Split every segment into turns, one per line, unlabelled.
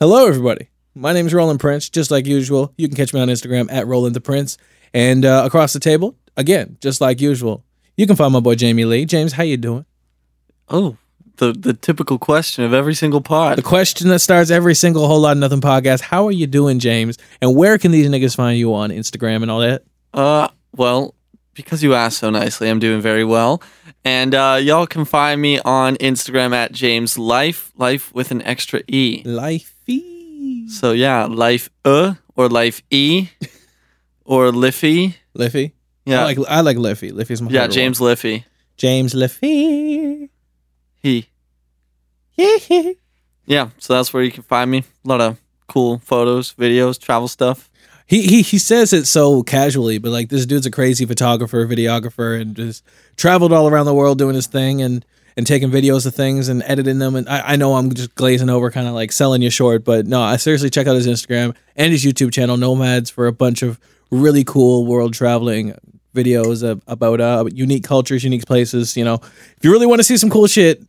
Hello, everybody. My name is Roland Prince. Just like usual, you can catch me on Instagram at Roland the Prince, and uh, across the table again, just like usual, you can find my boy Jamie Lee. James, how you doing?
Oh, the the typical question of every single
The
pod.
question that starts every single whole lot of nothing podcast: How are you doing, James? And where can these niggas find you on Instagram and all that?
Uh, well, because you asked so nicely, I'm doing very well. And uh, y'all can find me on Instagram at James Life, life with an extra e.
Lifey,
So yeah, life uh or life e or Liffy.
Liffy.
Yeah,
I like I like Liffy. Liffy's my
yeah,
favorite
James
one.
Liffy.
James Liffy.
He.
Yeah.
Yeah, so that's where you can find me. A lot of cool photos, videos, travel stuff.
He, he he says it so casually, but like this dude's a crazy photographer, videographer, and just traveled all around the world doing his thing and and taking videos of things and editing them. And I, I know I'm just glazing over, kind of like selling you short, but no, I seriously check out his Instagram and his YouTube channel, Nomads, for a bunch of really cool world traveling videos of, about uh, unique cultures, unique places. You know, if you really want to see some cool shit,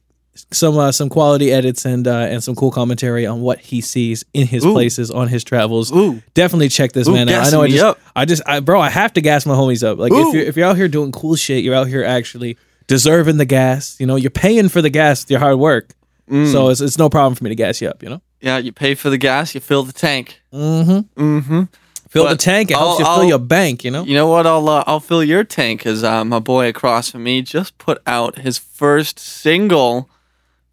some uh, some quality edits and uh, and some cool commentary on what he sees in his
Ooh.
places on his travels
Ooh,
definitely check this
Ooh,
man out. I know I
gassing me
just,
up.
I just, I, bro, I have to gas my homies up. Like
Ooh.
if you're if you're out here doing cool shit, you're out here actually deserving the gas. You know, you're paying for the gas with your hard work.
Mm.
So it's it's no problem for me to gas you up. You know,
yeah, you pay for the gas, you fill the tank.
mm-hmm.
Mm-hmm.
fill the
But
tank. It helps
I'll-
you fill
I'll-
your bank. You know,
You know what? I'll uh, I'll fill your tank because uh, my boy across from me just put out his first single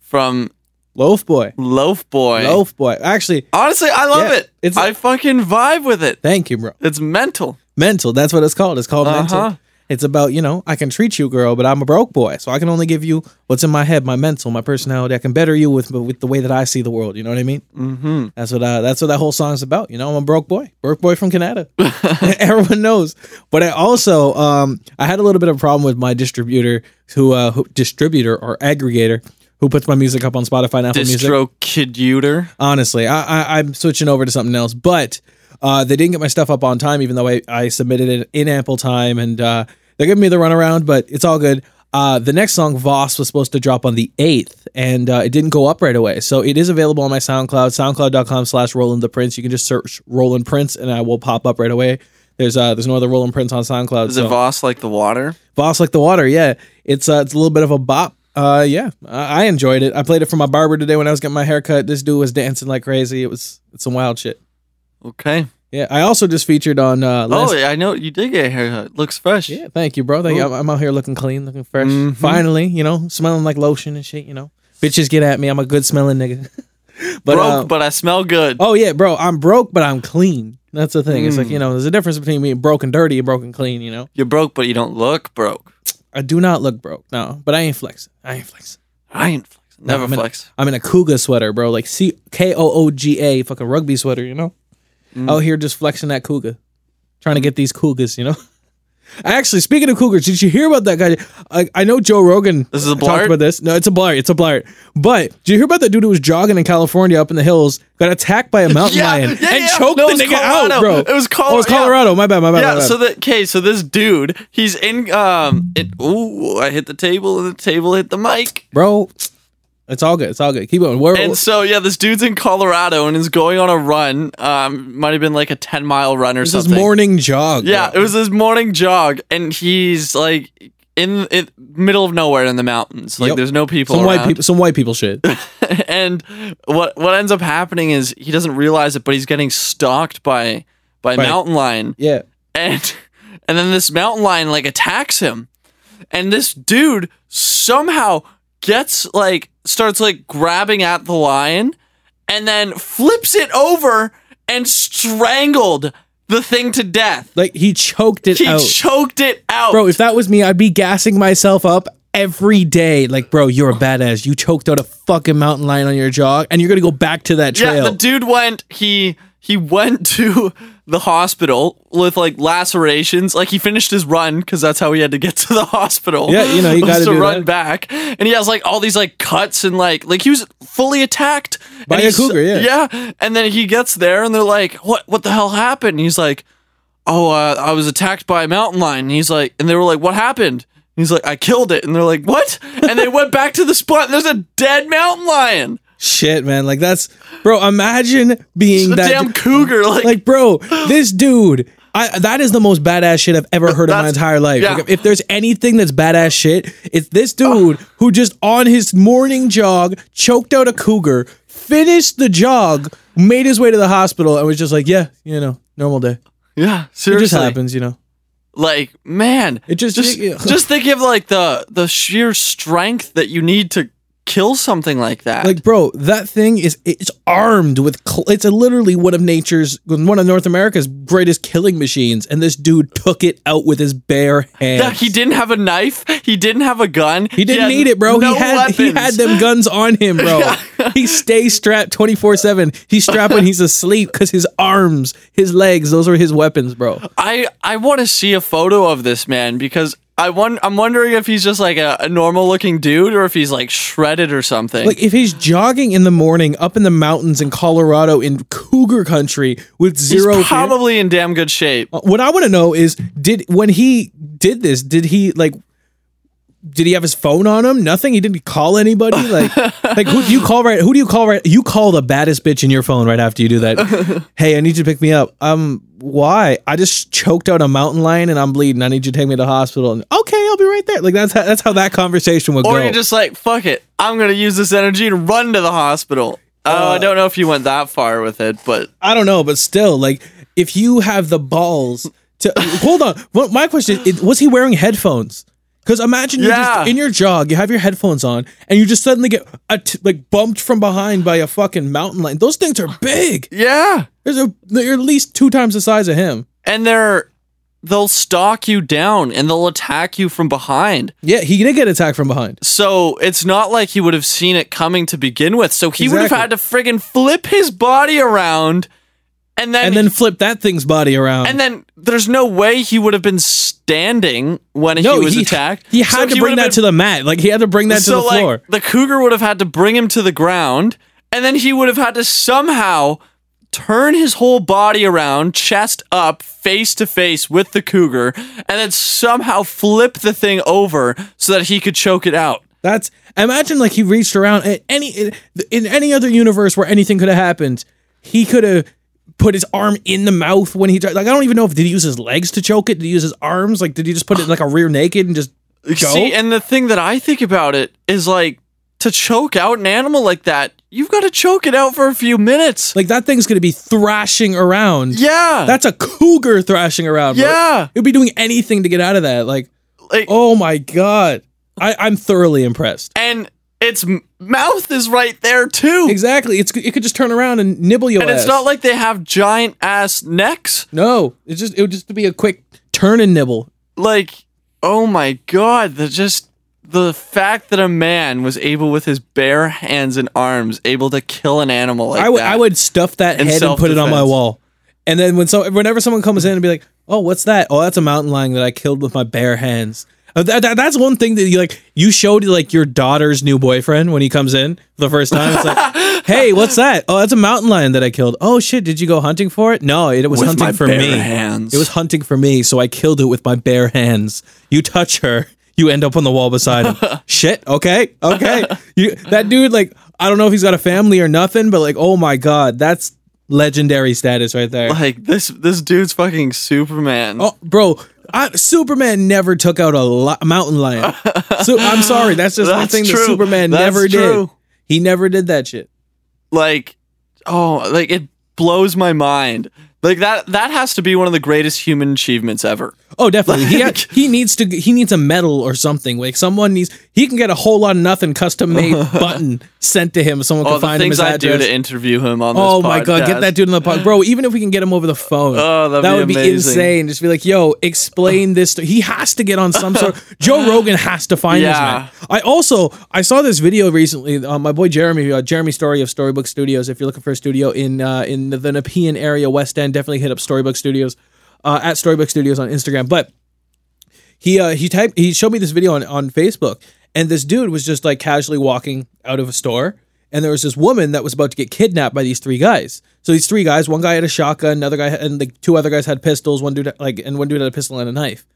from
loaf boy,
Loaf Boy.
loaf boy. Actually,
Honestly, I love
Yeah,
it.
it's-
I fucking vibe with it.
thank you, bro.
It's mental.
Mental. That's what it's called. It's called
Uh-huh.
mental. It's about you know I can treat you, girl, but I'm a broke boy, so I can only give you what's in my head, my mental, my personality. I can better you with with the way that I see the world. You know what I mean?
Mm-hmm.
That's what uh, that's what that whole song's about. You know, I'm a broke boy, broke boy from Canada. Everyone knows. But I also um, I had a little bit of a problem with my distributor, who, uh, who distributor or aggregator, who puts my music up on Spotify and Apple Music
Distro Kiduter.
honestly I, I i'm switching over to something else but uh they didn't get my stuff up on time even though i, I submitted it in ample time and uh they're giving me the runaround but it's all good uh the next song voss was supposed to drop on the 8th and uh, it didn't go up right away so it is available on my soundcloud soundcloud.com slash roland the prince you can just search roland prince and i will pop up right away there's uh there's no other roland prince on soundcloud
Is
so-
it Voss like the water?
Boss Like the Water. Yeah, it's uh, it's a little bit of a bop. Uh, yeah, I, I enjoyed it. I played it for my barber today when I was getting my haircut. This dude was dancing like crazy. It was it's some wild shit.
Okay.
Yeah, I also just featured on uh, last.
oh, yeah, I know you did get a haircut. Looks fresh.
yeah. thank you, bro. Thank you. I'm, I'm out here looking clean, looking fresh.
Mhm.
Finally, you know, smelling like lotion and shit. You know, bitches get at me. I'm a good smelling nigga. but
Broke,
uh,
but I smell good.
oh yeah, bro, I'm broke, but I'm clean. That's the thing. It's like
Mm.
you know, there's a difference between being broke and dirty and broke and clean. You know,
You're broke, but you don't look broke.
I do not look broke, no, but I ain't flexing. I ain't flexing.
I ain't flex.
No,
Never
I'm in-
flex.
I'm in a Cougar sweater, bro. Like C K O O G A, fucking rugby sweater, you know?
Mm.
Out here just flexing that Cougar. Trying to get these Cougars, you know? Actually, speaking of Cougars, did you hear about that guy? I, I know Joe Rogan
This is a
talked
blart?
about this. No, it's a blart. It's a blart. But did you hear about that dude who was jogging in California up in the hills, got attacked by a mountain
Yeah,
lion,
yeah,
and
yeah.
choked
No,
the
it was
nigga out,
Colorado.
bro?
It was Col-
Oh, it was
yeah.
Colorado. My bad, my bad. my
Yeah,
bad.
so that okay, so this dude, he's in um it, ooh, I hit the table and the table hit the mic.
bro, it's all good. It's all good. Keep going. Where,
And so yeah, this dude's in Colorado and is going on a run. Um might have been like a 10 mile run or
this is
something.
morning jog.
yeah,
bro.
it was his morning jog and he's like in it middle of nowhere in the mountains. Like
Yep.
there's no people
some white
around.
people. Some white people shit.
and what what ends up happening is he doesn't realize it but he's getting stalked by by a
Right.
mountain lion.
Yeah.
and and then this mountain lion like attacks him and this dude somehow gets like starts like grabbing at the lion and then flips it over and strangled the thing to death
Like he choked it
he
out.
choked it out
bro, if that was me, I'd be gassing myself up every day. Like, bro, you're a badass. You choked out a fucking mountain lion on your jog and you're gonna go back to that
yeah
trail.
the dude went he he went to the hospital with like lacerations like he finished his run because that's how he had to get to the hospital
Yeah, you know, you
was
gotta
to
do
run
that.
back and he has like all these like cuts and like like he was fully attacked
By a
and he's-
cougar, yeah.
yeah and then he gets there and they're like what what the hell happened and he's like oh uh, i was attacked by a mountain lion and he's like and they were like what happened And He's like, I killed it. And they're like, what? And they went back to the spot and there's a dead mountain lion.
Shit, man. Like that's bro. Imagine being
The
that
damn cougar, like,
like bro this dude I, that is the most badass shit I've ever heard in my
That's-
entire life.
yeah.
Like, if there's anything that's badass shit, it's this dude who just on his morning jog choked out a cougar, finished the jog, made his way to the hospital, and was just like, yeah, you know, normal day.
yeah,
It
seriously.
just happens, you know.
Like, man,
It just,
just
yeah.
just think of like the the sheer strength that you need to kill something like that.
like bro, that thing is it's armed with cl- it's literally one of nature's one of North America's greatest killing machines, and this dude took it out with his bare hands.
yeah, he didn't have a knife. He didn't have a gun.
He didn't need it, bro. he had he had them guns on him, bro. he stays strapped 24/7. He's strapped when he's asleep cuz his arms, his legs, those are his weapons, bro.
I I want to see a photo of this man because I won- I'm wondering if he's just like a, a normal looking dude or if he's like shredded or something.
Like if he's jogging in the morning up in the mountains in Colorado in cougar country with
he's
zero Oh, fear-
probably in damn good shape.
Uh, What I want to know is did when he did this, did he like did he have his phone on him? Nothing. He didn't call anybody. Like, like who do you call right? Who do you call right? You call the baddest bitch in your phone right after you do that. hey, I need you to pick me up. Um, why? I just choked out a mountain lion and I'm bleeding. I need you to take me to the hospital. And okay, I'll be right there. Like that's how, that's how that conversation would
Or
go.
you're just like, fuck it. I'm gonna use this energy to run to the hospital.
Uh,
oh, I don't know if you went that far with it, but
I don't know, but still, like if you have the balls to hold on. What my question is, was he wearing headphones? Because imagine you're
Yeah.
just in your jog, you have your headphones on, and you just suddenly get a t- like bumped from behind by a fucking mountain lion. Those things are big.
yeah.
There's a they're at least two times the size of him.
And they're they'll stalk you down and they'll attack you from behind.
Yeah, he did get attacked from behind.
So it's not like he would have seen it coming to begin with. So he would have
Exactly.
had to friggin' flip his body around and then
And then flipped that thing's body around.
and then there's no way he would have been standing when
no,
he was
he,
attacked.
He had
So
to
he
bring
would
that
have
to the mat. Like he had to bring that to the
like,
floor.
The cougar would have had to bring him to the ground, and then he would have had to somehow turn his whole body around, chest up, face to face with the cougar, and then somehow flip the thing over so that he could choke it out.
That's imagine like he reached around at any in any other universe where anything could have happened, he could have put his arm in the mouth when he tried. Like I don't even know if did he use his legs to choke it? Did he use his arms? Like did he just put it like a rear naked and just go?
See, and the thing that I think about it is like to choke out an animal like that, you've got to choke it out for a few minutes.
like that thing's gonna be thrashing around.
yeah.
That's a cougar thrashing around. bro.
yeah.
it'd be doing anything to get out of that. Like
Like
oh my god, I, I'm thoroughly impressed.
and its m- mouth is right there too.
Exactly, it's it could just turn around and nibble your
And it's
ass.
not like they have giant ass necks.
no, it's just it would just be a quick turn and nibble.
Like, oh my god, the just the fact that a man was able with his bare hands and arms able to kill an animal like
I would
that.
I would stuff that
In
head and put it on my
self-defense.
wall, and then when so whenever someone comes in and be like, "Oh, what's that? Oh, that's a mountain lion that I killed with my bare hands." Uh, that- that- that's one thing that you like. You showed like your daughter's new boyfriend when he comes in for the first time. It's like, "Hey, what's that? Oh, that's a mountain lion that I killed. Oh shit, did you go hunting for it? No, it, was
with
hunting
my
for
bare
me.
hands.
It was hunting for me, so I killed it with my bare hands. You touch her, you end up on the wall beside him. Shit. Okay. Okay. You that dude like I don't know if he's got a family or nothing, but like oh my god, that's legendary status right there.
like this this dude's fucking Superman.
Oh, bro, I, Superman never took out a li- mountain lion. So I'm sorry, that's just one
That's
thing
true.
that Superman
That's
never
true.
did. He never did that shit.
Like oh, like it blows my mind. Like that that has to be one of the greatest human achievements ever.
Oh, definitely. He,
Like-
he needs to. He needs a medal or something. Like someone needs. He can get a whole lot of nothing custom made button sent to him. Someone
Oh,
can
the
find him his
things I do
address.
to interview him on
oh
this
my god,
podcast.
get that dude on the pod, bro. Even if we can get him over the phone,
Oh, that'd
that
be
would be
amazing.
insane. Just be like, yo, explain this. To, he has to get on some sort. Joe Rogan has to find
Yeah.
this man. I also I saw this video recently. Uh, my boy Jeremy, uh, Jeremy Story of Storybook Studios. If you're looking for a studio in uh, in the, the Nepean area, West End, definitely hit up Storybook Studios uh, at Storybook Studios on Instagram. But he uh, he typed he showed me this video on, on Facebook and this dude was just like casually walking out of a store and there was this woman that was about to get kidnapped by these three guys. So these three guys, one guy had a shotgun, another guy and the two other guys had pistols, one dude like and one dude had a pistol and a knife.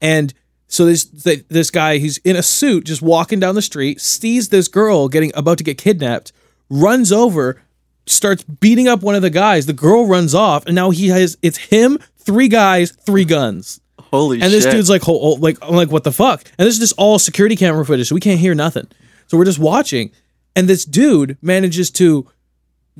And so this th- this guy, he's in a suit, just walking down the street, sees this girl getting about to get kidnapped, runs over, starts beating up one of the guys. The girl runs off, and now he has it's him, three guys, three guns.
Holy
And
shit.
this dude's like, ho- ho- like, I'm like, what the fuck? And this is just all security camera footage, so we can't hear nothing. So we're just watching, and this dude manages to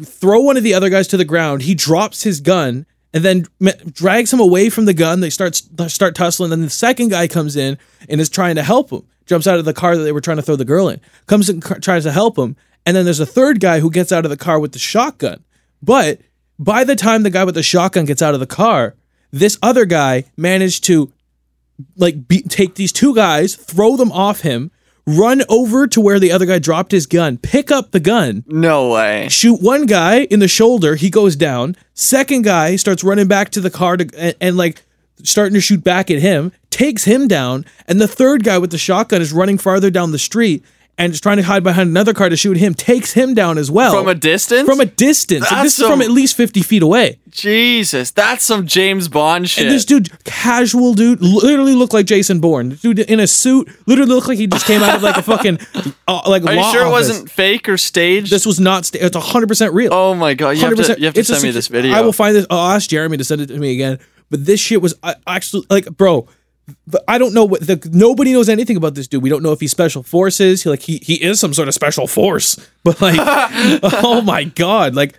throw one of the other guys to the ground. He drops his gun and then ma- drags him away from the gun. They start they start tussling. Then the second guy comes in and is trying to help him. Jumps out of the car that they were trying to throw the girl in. Comes and c- tries to help him. And then there's a third guy who gets out of the car with the shotgun. But by the time the guy with the shotgun gets out of the car, this other guy managed to like be- take these two guys, throw them off him, run over to where the other guy dropped his gun, pick up the gun,
no way.
shoot one guy in the shoulder he goes down second guy starts running back to the car to, and, and, like starting to shoot back at him takes him down and the third guy with the shotgun is running farther down the street and is trying to hide behind another car to shoot him takes him down as well
From a distance?
from a distance and this
That's
is from
some-
at least 50 feet away
Jesus, that's some James Bond shit.
this dude casual dude literally looked like jason bourne The dude in a suit literally looked like he just came out of like a fucking uh, like
Are you
law
sure it
office.
wasn't fake or staged?
this was not sta- it's 100% real
oh my god, you have to,
100%.
you have to
It's a
send me
secu-
this video.
I will find this. I'll ask Jeremy to send it to me again. But this shit was I- actually like, bro. th- I don't know what the nobody knows anything about this dude. We don't know if he's special forces. He like he he is some sort of special force. But like, oh my god, like.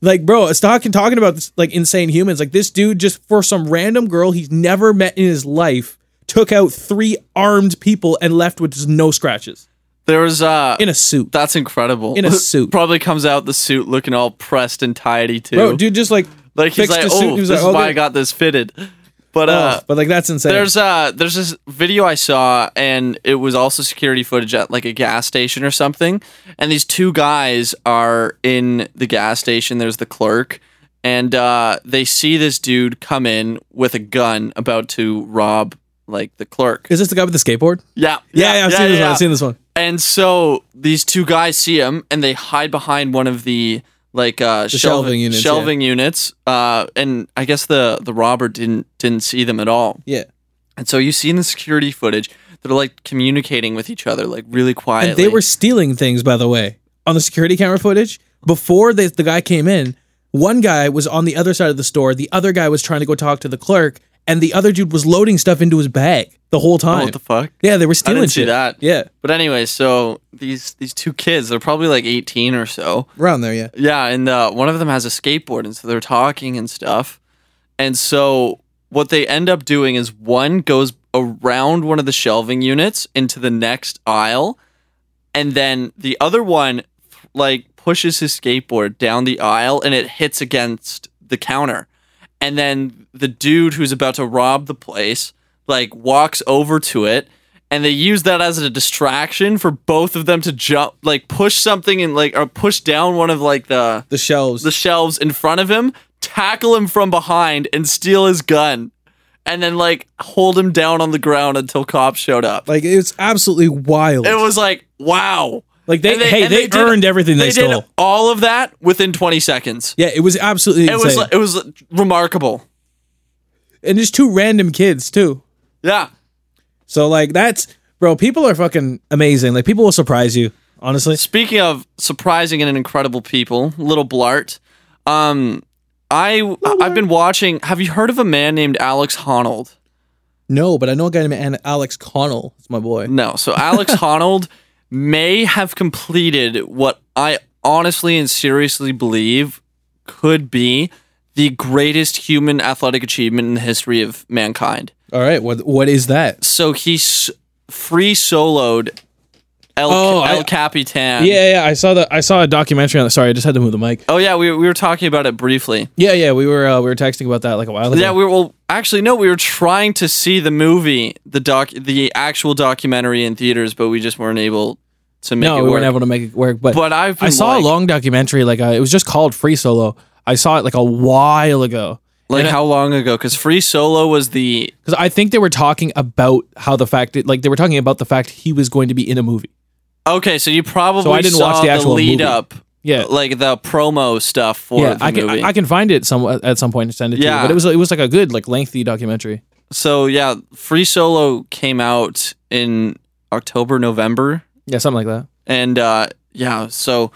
Like, bro, it's talking talking about this, like insane humans. Like this dude, just for some random girl he's never met in his life, took out three armed people and left with just no scratches
there was uh
in a suit.
that's incredible.
in a suit.
Probably comes out the suit looking all pressed and tidy too.
Bro, dude, just like
like he's
fixed
like,
his suit,
oh,
he was like,
this is
"Oh,
why I
good."
got this fitted. But uh,
oh, but like that's insane.
There's uh there's this video I saw and it was also security footage at like a gas station or something. And these two guys are in the gas station. There's the clerk and uh they see this dude come in with a gun about to rob like the clerk.
is this the guy with the skateboard?
Yeah.
Yeah, yeah, I've seen this one. I've seen this one.
And so these two guys see him and they hide behind one of the like uh
shelving units,
shelving units. Uh and I guess the the robber didn't didn't see them at all.
Yeah.
And so you see in the security footage, they're like communicating with each other, like really quietly.
And they were stealing things, by the way, on the security camera footage. Before the, the guy came in, one guy was on the other side of the store. The other guy was trying to go talk to the clerk, and the other dude was loading stuff into his bag the whole
Oh,
time.
what the fuck?
yeah, they were stealing
didn't see
shit.
that.
Yeah,
But anyway, so these these two kids, they're probably like 18 or so.
around there. Yeah,
Yeah, and uh, one of them has a skateboard, and so they're talking and stuff. And so what they end up doing is one goes around one of the shelving units into the next aisle, and then the other one like pushes his skateboard down the aisle and it hits against the counter. And then the dude who's about to rob the place like walks over to it and they use that as a distraction for both of them to jump like push something and like or push down one of like the
the shelves.
the shelves in front of him, tackle him from behind and steal his gun. And then like hold him down on the ground until cops showed up.
like it's absolutely wild.
It was like, wow.
like they,
and they-
hey,
and
they,
they did-
earned everything they,
They
stole.
did all of that within 20 seconds.
yeah, it was absolutely
It
insane.
was it was remarkable.
and just two random kids too.
Yeah.
So like that's bro, people are fucking amazing. Like people will surprise you. Honestly,
Speaking of surprising and incredible people, little Blart. Um, I I've been watching. Have you heard of a man named Alex Honnold?
no, but I know a guy named Alex Connell. It's my boy.
No. So Alex Honnold may have completed what I honestly and seriously believe could be the greatest human athletic achievement in the history of mankind.
All right, what what is that?
So he s- free soloed El,
Oh, I-
El Capitan.
Yeah, yeah, I saw the I saw a documentary on that. Sorry, I just had to move the mic.
Oh yeah, we, we were talking about it briefly.
Yeah, yeah, we were uh, we were texting about that like a while ago.
Yeah, we were well, actually no, we were trying to see the movie, the doc, the actual documentary in theaters, but we just weren't able to make
no,
it
we
work.
weren't able to make it work. But,
but I've been
I saw
like,
a long documentary. Like uh, it was just called Free Solo. I saw it like a while ago
like how long ago? Because Free Solo was the
because I think they were talking about how the fact that like they were talking about the fact he was going to be in a movie.
okay. So you probably
didn't
saw
watch the actual
lead
movie.
up,
Yeah,
like the promo stuff for
yeah.
the
I can
movie.
I can find it some uh, at some point and send it to you.
Yeah.
But it was it was like a good like lengthy documentary.
so yeah, Free Solo came out in October, November
Yeah, something like that.
And uh, yeah, so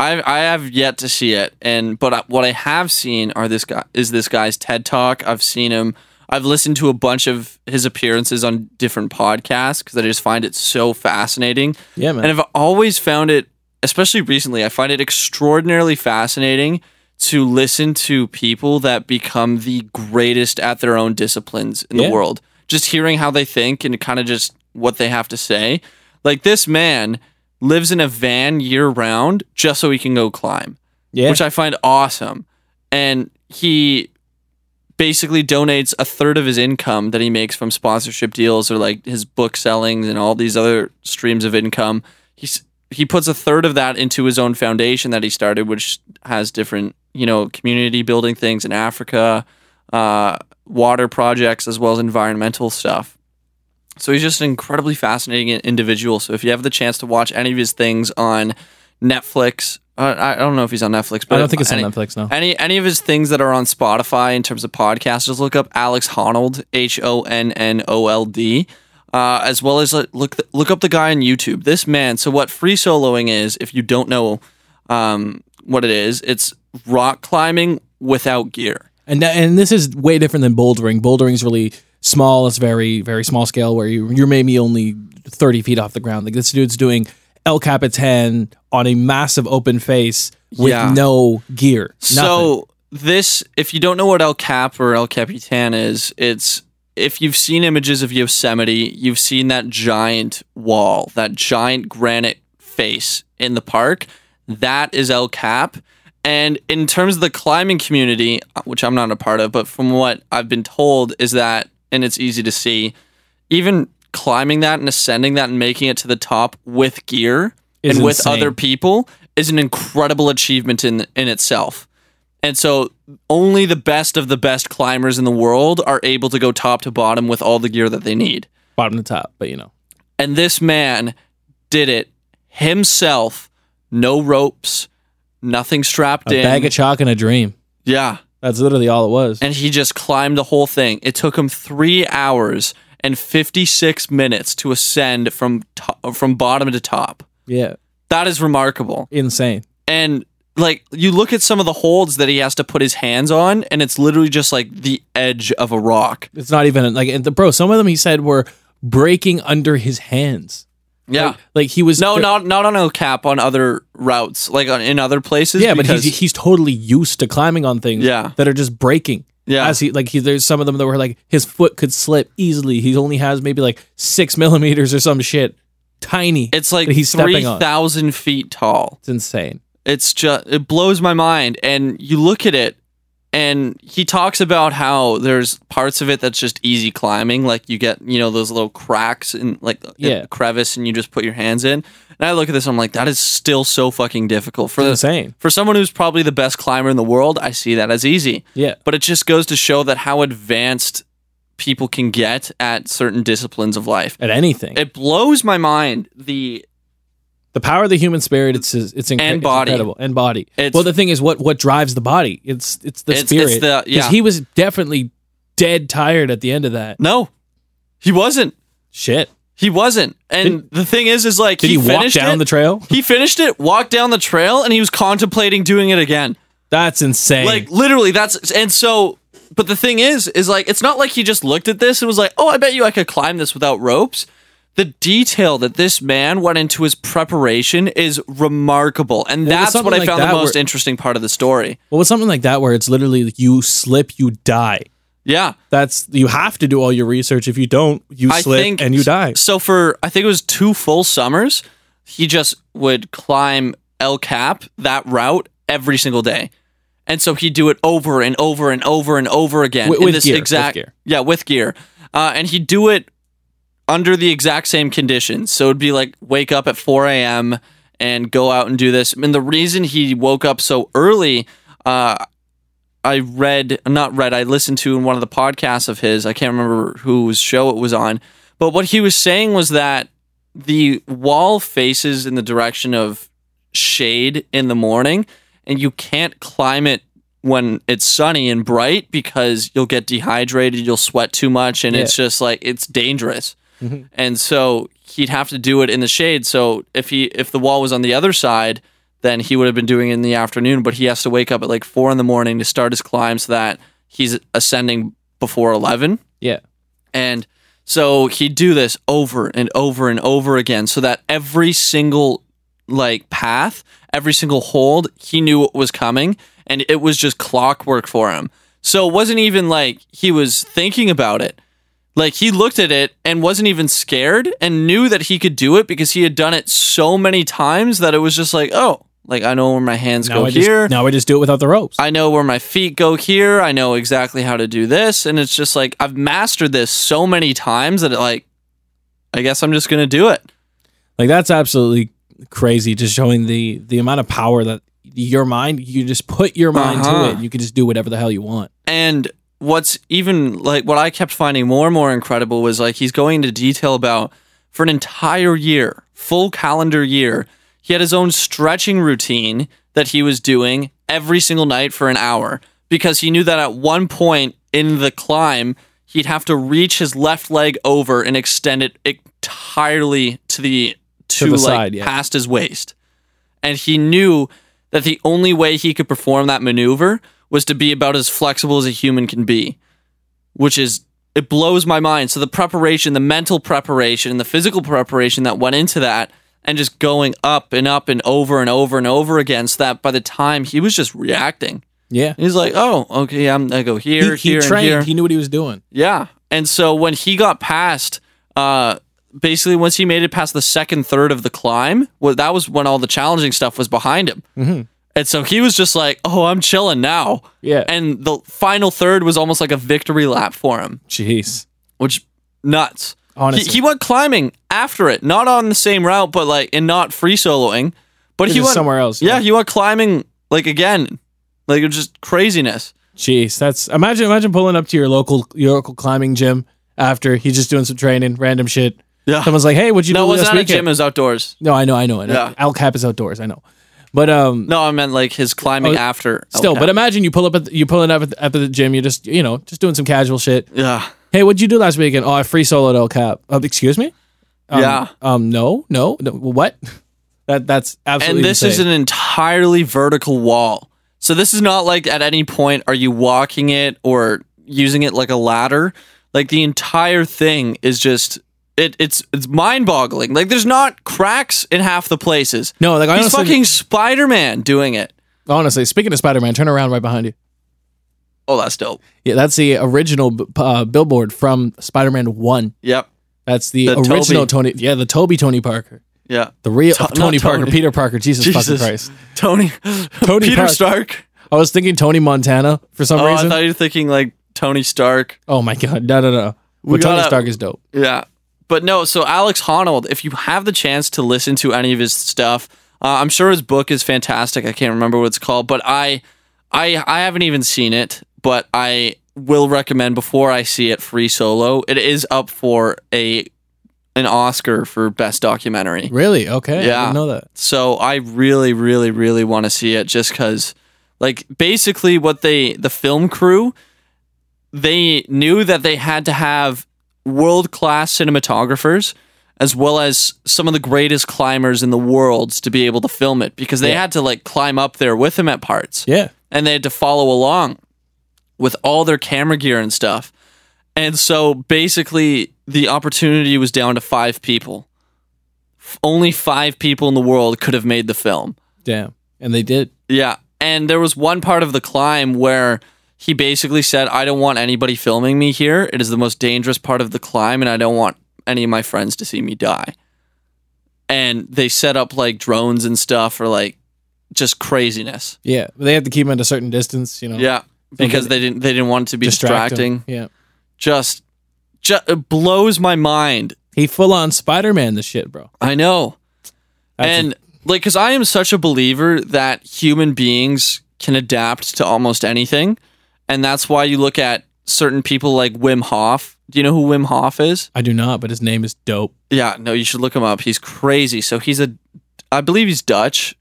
I I have yet to see it, and but I- what I have seen are this guy is this guy's TED Talk. I've seen him. I've listened to a bunch of his appearances on different podcasts because I just find it so fascinating.
Yeah, man.
And I've always found it, especially recently, I find it extraordinarily fascinating to listen to people that become the greatest at their own disciplines in
Yeah.
the world. Just hearing how they think and kind of just what they have to say. Like this man lives in a van year round just so he can go climb
yeah.
which I find awesome. And he basically donates a third of his income that he makes from sponsorship deals or like his book sellings and all these other streams of income. He's he puts a third of that into his own foundation that he started, which has different you know community building things in Africa, uh, water projects as well as environmental stuff. So he's just an incredibly fascinating i- individual. So if you have the chance to watch any of his things on Netflix, uh, I I don't know if he's on Netflix, but
I don't think it's on
any,
Netflix now.
any any of his things that are on Spotify in terms of podcasts, just look up Alex Honnold, H O N N O L D, uh, as well as like, look look up the guy on YouTube. This man. So what free soloing is, if you don't know um, what it is, it's rock climbing without gear.
And that, and this is way different than bouldering. Bouldering's really small. It's very very small scale where you you're maybe only thirty feet off the ground. Like this dude's doing El Capitan on a massive open face with
Yeah.
no gear. Nothing.
So this, if you don't know what El Cap or El Capitan is, it's if you've seen images of Yosemite, you've seen that giant wall, that giant granite face in the park. That is El Cap. And in terms of the climbing community, uh, which I'm not a part of, but from what I've been told is that, and it's easy to see, even climbing that and ascending that and making it to the top with gear
Is
and with
insane.
other people is an incredible achievement in in itself. And so only the best of the best climbers in the world are able to go top to bottom with all the gear that they need.
bottom to top, but you know.
And this man did it himself, no ropes, nothing strapped
A
in.
bag of chalk and a dream.
yeah.
That's literally all it was.
And he just climbed the whole thing. It took him three hours and 56 minutes to ascend from to- from bottom to top.
yeah,
That is remarkable.
insane.
And like you look at some of the holds that he has to put his hands on, and it's literally just like the edge of a rock.
It's not even like and the bro. Some of them he said were breaking under his hands.
Yeah.
Like, like he was
no, not not on El Cap, on other routes, like on, in other places.
Yeah, but
because-
he's he's totally used to climbing on things
Yeah.
that are just breaking.
yeah,
As he like he, there's some of them that were like his foot could slip easily. He only has maybe like six millimeters or some shit. Tiny.
it's like
that he's
three
stepping on.
thousand feet tall.
It's insane.
It's just it blows my mind. And you look at it, and he talks about how there's parts of it that's just easy climbing, like you get you know those little cracks and like a
Yeah.
crevice, and you just put your hands in. And I look at this, I'm like, that is still so fucking difficult for
It's
the
insane.
for someone who's probably the best climber in the world, I see that as easy.
Yeah.
But it just goes to show that how advanced people can get at certain disciplines of life.
At anything.
It blows my mind. The
the power of the human spirit. It's it's, incre-
And
it's
body.
incredible. And body.
It's-
well, the thing is, what what drives the body? It's it's the
it's, it's
spirit.
the yeah.
he was definitely dead tired at the end of that
no, he wasn't.
shit.
He wasn't. And the thing is, is like
Did he, walk
finished
down
it.
the trail?
he finished it, walked down the trail, and he was contemplating doing it again.
That's insane.
Like literally, that's and so. But the thing is, is like it's not like he just looked at this and was like, "Oh, I bet you I could climb this without ropes." The detail that this man went into his preparation is remarkable, and
there's
that's what
something
I
like
found the
that
most
where-
interesting part of the story.
well, with something like that where it's literally like you slip, you die.
Yeah,
That's you have to do all your research. If you don't, you
I
slip
think
and you die.
So for I think it was two full summers, he just would climb El Cap that route every single day, and so he'd do it over and over and over and over again
With-
in
with
this
gear, with
exact
gear.
yeah with gear, uh, and he'd do it under the exact same conditions. So it'd be like wake up at 4 a.m. and go out and do this. And the reason he woke up so early, uh, I read, not read, I listened to in one of the podcasts of his. I can't remember whose show it was on. But what he was saying was that the wall faces in the direction of shade in the morning, and you can't climb it when it's sunny and bright because you'll get dehydrated, you'll sweat too much, and
Yeah.
it's just like it's dangerous.
Mhm.
And so he'd have to do it in the shade. So if he if the wall was on the other side, than he would have been doing in the afternoon. But he has to wake up at like four in the morning to start his climb so that he's ascending before 11.
Yeah.
And so he'd do this over and over and over again so that every single like path, every single hold, he knew what was coming and it was just clockwork for him. So it wasn't even like he was thinking about it. Like he looked at it and wasn't even scared and knew that he could do it because he had done it so many times that it was just like, oh, like I know where my hands
Now
go
I just,
here.
now I just do it without the ropes.
I know where my feet go here. I know exactly how to do this. And it's just like, I've mastered this so many times that it like, I guess I'm just going to do it.
Like that's absolutely crazy. Just showing the the amount of power that your mind. You just put your mind to
Uh-huh.
it. You can just do whatever the hell you want.
And what's even like, what I kept finding more and more incredible was like, he's going into detail about for an entire year, full calendar year, he had his own stretching routine that he was doing every single night for an hour because he knew that at one point in the climb, he'd have to reach his left leg over and extend it entirely to the to,
the
like
side, yeah.
past his waist. And he knew that the only way he could perform that maneuver was to be about as flexible as a human can be which is it blows my mind. So the preparation, the mental preparation, and the physical preparation that went into that, and just going up and up and over and over and over again, so that by the time he was just reacting,
Yeah.
he's like, "Oh, okay, I'm I go here,
he, he
here,
trained.
and here."
He knew what he was doing.
Yeah. And so when he got past, uh, basically once he made it past the second third of the climb, well, that was when all the challenging stuff was behind him.
Mhm.
And so he was just like, "Oh, I'm chilling now."
Yeah.
And the final third was almost like a victory lap for him
Jeez.
which nuts. He,
Honestly,
he went climbing after it, not on the same route, but like and not free soloing, but
This
he
is
went
somewhere else.
Yeah, he went climbing like again, like it was just craziness.
Jeez. That's imagine imagine pulling up to your local your local climbing gym after he's just doing some training, random shit.
Yeah,
Someone's like, "Hey, what'd you
no, it
do last
wasn't at a
weekend?"
gym; it was outdoors.
No, I know, I know. it.
Yeah.
Al Cap is outdoors. I know, but um,
No, I meant like his climbing
Oh,
after.
still.
Okay.
But imagine you pull up at the, you pulling up at the, up at the gym. You're just you know just doing some casual shit.
yeah,
Hey, what'd you do last weekend? Oh, I free soloed El Cap. Uh, excuse me? Um,
Yeah.
Um, no, no, no what? That that's absolutely.
and this is
insane.
an entirely vertical wall. So this is not like at any point are you walking it or using it like a ladder. Like the entire thing is just it. It's it's mind boggling. Like there's not cracks in half the places.
no, like
He's
honestly,
fucking Spider Man doing it.
honestly. Speaking of Spider Man, turn around right behind you.
Oh, that's dope.
Yeah, that's the original b- uh, billboard from Spider Man One.
Yep.
That's the,
The Toby.
original Tony. Yeah, the Toby Tony Parker,
Yeah.
the real
To-
Tony
not
Parker,
Tony.
Peter Parker. Jesus,
Jesus.
fucking Christ!
Tony.
Tony
Peter
Park-
Stark.
I was thinking Tony Montana for some
Oh, I
reason.
thought you were thinking like Tony Stark.
oh my god, no, no, no.
We
But Tony
gotta-
Stark is dope.
Yeah. But no, so Alex Honnold, if you have the chance to listen to any of his stuff, uh, I'm sure his book is fantastic. I can't remember what it's called, but I, I, I haven't even seen it, but I will recommend before I see it. Free Solo. It is up for a, an Oscar for best documentary.
Really? Okay. I
Yeah.
didn't know that.
So I really, really, really want to see it just because, like, basically what they, the film crew, they knew that they had to have world class cinematographers as well as some of the greatest climbers in the world to be able to film it because they had to, like, climb up there with him at parts
Yeah.
and they had to follow along with all their camera gear and stuff. And so basically, the opportunity was down to five people. F- Only five people in the world could have made the film.
Damn. And they did.
Yeah. And there was one part of the climb where he basically said, I don't want anybody filming me here. It is the most dangerous part of the climb, and I don't want any of my friends to see me die. And they set up like drones and stuff for like just craziness.
Yeah, they have to keep him at a certain distance, you know.
Yeah, because
that-
they didn't they didn't want it to be
distract
distracting.
him. Yeah,
Just, ju- it blows my mind.
he full on Spider Man this shit, bro.
I know,
That's
and like, cause I am such a believer that human beings can adapt to almost anything, and that's why you look at certain people like Wim Hof. Do you know who Wim Hof is?
I do not, but his name is dope.
Yeah, no, you should look him up. He's crazy. So he's a, I believe he's Dutch.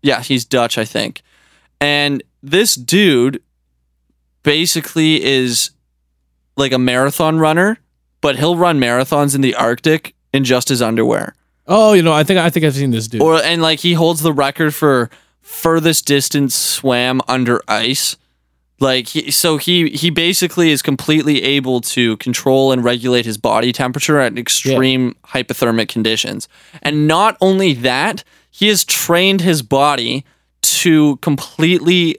Yeah, he's Dutch, I think. And this dude basically is like a marathon runner, but he'll run marathons in the Arctic in just his underwear.
Oh, you know, I think I think I've seen this dude.
or and like he holds the record for furthest distance swam under ice like he, so he he basically is completely able to control and regulate his body temperature at extreme hypothermic conditions and not only that he has trained his body to completely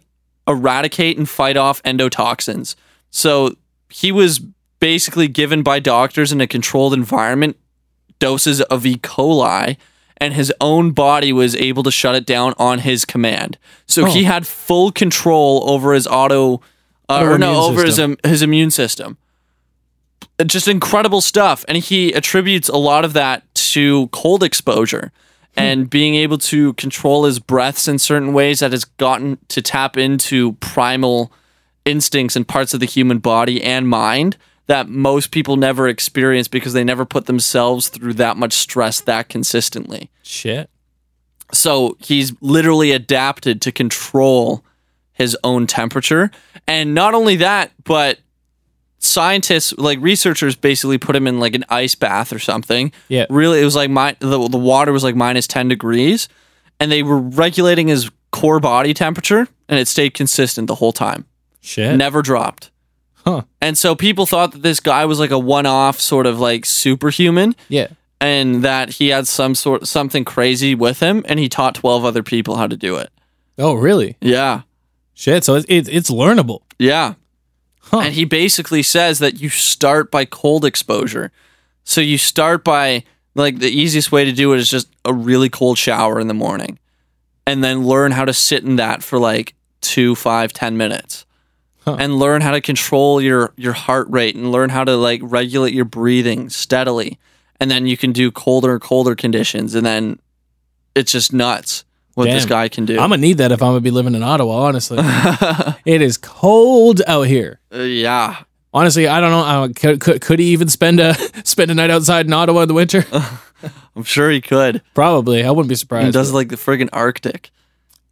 eradicate and fight off endotoxins so he was basically given by doctors in a controlled environment doses of E. coli, and his own body was able to shut it down on his command. So
Oh.
he had full control over his auto, uh,
Over
or no,
immune
over his
system.
um, his immune system. Uh, Just incredible stuff, and he attributes a lot of that to cold exposure.
Hmm.
And being able to control his breaths in certain ways that has gotten to tap into primal instincts and parts of the human body and mind that most people never experience because they never put themselves through that much stress that consistently.
Shit.
So he's literally adapted to control his own temperature. And not only that, but scientists, like researchers, basically put him in like an ice bath or something.
Yeah.
Really, it was like my, the, the water was like minus 10 degrees, and they were regulating his core body temperature, and it stayed consistent the whole time,
Shit.
never dropped.
Huh.
And so people thought that this guy was like a one-off sort of like superhuman
Yeah.
and that he had some sort something crazy with him and he taught 12 other people how to do it.
Oh, really?
Yeah.
Shit. So it's it's, it's learnable.
Yeah.
Huh.
And he basically says that you start by cold exposure. So you start by like the easiest way to do it is just a really cold shower in the morning and then learn how to sit in that for like two, five, ten minutes.
Huh.
And learn how to control your your heart rate and learn how to like regulate your breathing steadily. And then you can do colder and colder conditions and then it's just nuts what this
Damn.
guy can do.
I'm gonna need that if I'm gonna be living in Ottawa. Honestly, it is cold out here.
Uh, yeah.
Honestly, I don't know. I don't- could, could could he even spend a spend a night outside in Ottawa in the winter?
I'm sure he could.
Probably. I wouldn't be
He
surprised.
does like the friggin' Arctic.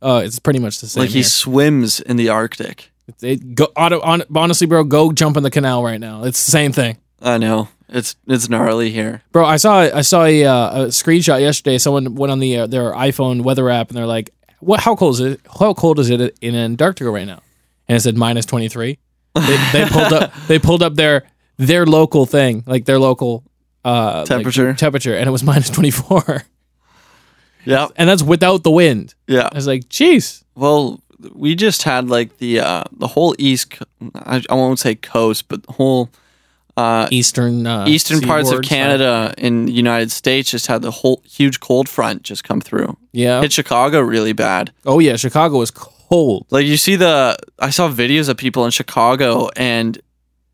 Oh, it's pretty much the same.
like he
here.
swims in the Arctic.
It, go, auto, on, honestly, bro, go jump in the canal right now. It's the same thing,
I know it's it's gnarly here.
bro. I saw I saw a, uh, a screenshot yesterday. Someone went on the uh, their iPhone weather app and they're like, "What? How cold is it? How cold is it in Antarctica right now?" And it said minus twenty three. They, they pulled up they pulled up their their local thing, like their local uh, like,
Temperature.
temperature, and it was minus twenty four,
Yeah,
and that's without the wind.
yeah.
I was like, "Jeez,
Well, we just had like the uh, the whole east. Co- I, I won't say coast, but the whole uh,
eastern uh,
eastern parts
seaboard
of
side."
Canada and the United States just had the whole huge cold front just come through.
Yeah.
Hit Chicago really bad.
Oh yeah, Chicago was cold.
Like you see the I saw videos of people in Chicago and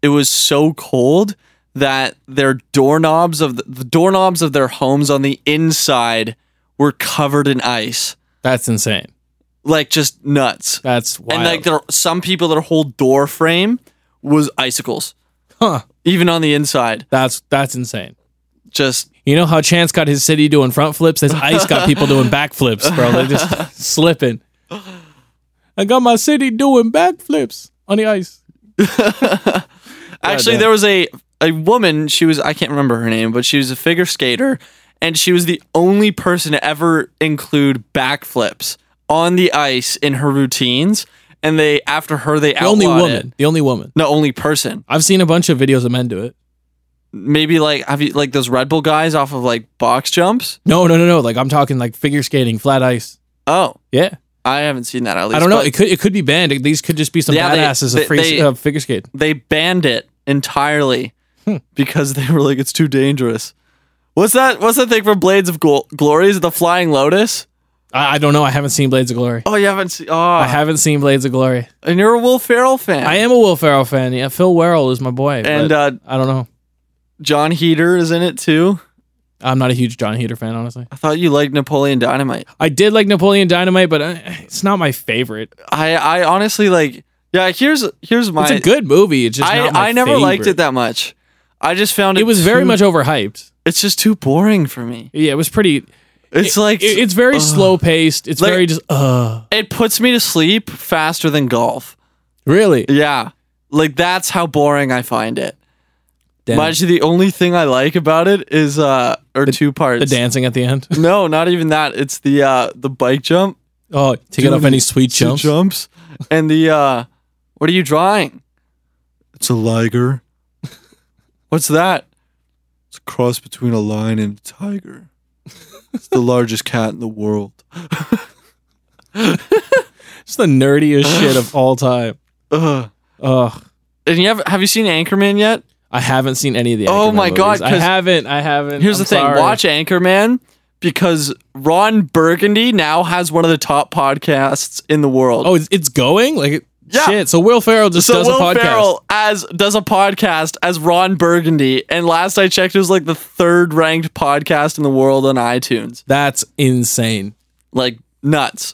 it was so cold that their doorknobs of the, the doorknobs of their homes on the inside were covered in ice.
That's insane.
Like just nuts.
That's wild.
And like there some people their whole door frame was icicles.
Huh.
Even on the inside.
That's that's insane.
Just
You know how Chance got his city doing front flips? This ice got people doing back flips, bro. They're just slipping. I got my city doing back flips on the ice.
Actually,
Goddamn.
there was a a woman. She was I can't remember her name, but she was a figure skater, and she was the only person to ever include backflips on the ice in her routines. And they after her they
The only
outlawed
woman.
it.
The only woman.
No, only person.
I've seen a bunch of videos of men do it.
Maybe like have you like those Red Bull guys off of like box jumps?
No, no, no, no. Like I'm talking like figure skating, flat ice.
Oh,
Yeah,
I haven't seen that. At least
I don't know.
but
It could it could be banned. These could just be some
Yeah, they-
badasses
they-
of free,
they-
uh, figure skate.
they banned it entirely
Hmm.
because they were like it's too dangerous. What's that? What's that thing from Blades of Glo- Glory? Is it the Flying Lotus?
I, I don't know. I haven't seen Blades of Glory.
Oh, you haven't seen. Oh,
I haven't seen Blades of Glory.
and you're a Will Ferrell fan.
I am a Will Ferrell fan. Yeah, Phil Werrell is my boy.
and
And
uh,
I don't know.
John Heater is in it too.
I'm not a huge John Heater fan, honestly.
I thought you liked Napoleon Dynamite.
I did like Napoleon Dynamite, but uh, it's not my favorite.
I, I honestly like. Yeah, here's here's my.
It's a good movie. It's just
I
not my
I never liked it
favorite.
that much. I just found it.
It was very
too-
much overhyped.
It's just too boring for me.
Yeah, it was pretty.
It's like
It,
it,
it's very slow paced. It's
Like-
very just. Uh,
puts me to sleep faster than golf.
really?
Yeah, like that's how boring I find it.
Damn.
Much the only thing I like about it is uh or two parts.
The dancing at the end.
No, not even that. It's the uh the bike jump,
Oh, taking
Do
off
any-
any sweet
two
jumps.
jumps, and the uh what are you drawing?
It's a liger.
What's that?
It's a cross between a lion and a tiger. It's the largest cat in the world.
It's the nerdiest shit of all time.
Ugh.
Ugh.
And you have have you seen Anchorman yet?
I haven't seen any of the.
Oh
Anchorman
my God,
movies. I
'cause-
haven't. I haven't.
Here's
I'm
the thing:
sorry.
watch Anchorman because Ron Burgundy now has one of the top podcasts in the world.
Oh, it's, it's going like it-
Yeah.
shit. So Will Ferrell just
so
does
Will
a podcast.
Ferrell as does a podcast as Ron Burgundy, and last I checked, it was like the third ranked podcast in the world on iTunes.
That's insane.
Like nuts.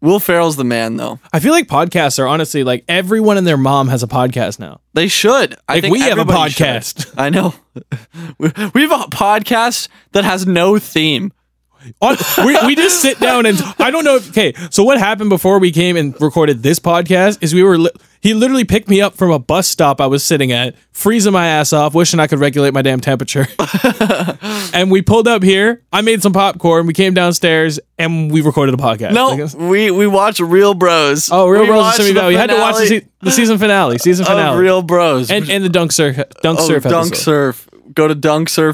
Will Ferrell's the man, though.
I feel like podcasts are honestly like everyone and their mom has a podcast now.
They should. I
Like
think
we have a
everybody should.
podcast.
I know. we we have a podcast that has no theme.
On- we, we just sit down and I don't know. If, okay, so what happened before we came and recorded this podcast is we were li- he literally picked me up from a bus stop I was sitting at, freezing my ass off, wishing I could regulate my damn temperature. and we pulled up here. I made some popcorn. We came downstairs and we recorded a podcast.
No,
Like, it's-
we we watch Real Bros.
oh, Real
We
Bros of
watched
Simi
the
Valley. You had to watch the,
finale
se- the season finale, season
of
finale,
Real Bros.
and and the dunk surf, dunk
oh,
surf,
Dunk
episode.
Surf. Go to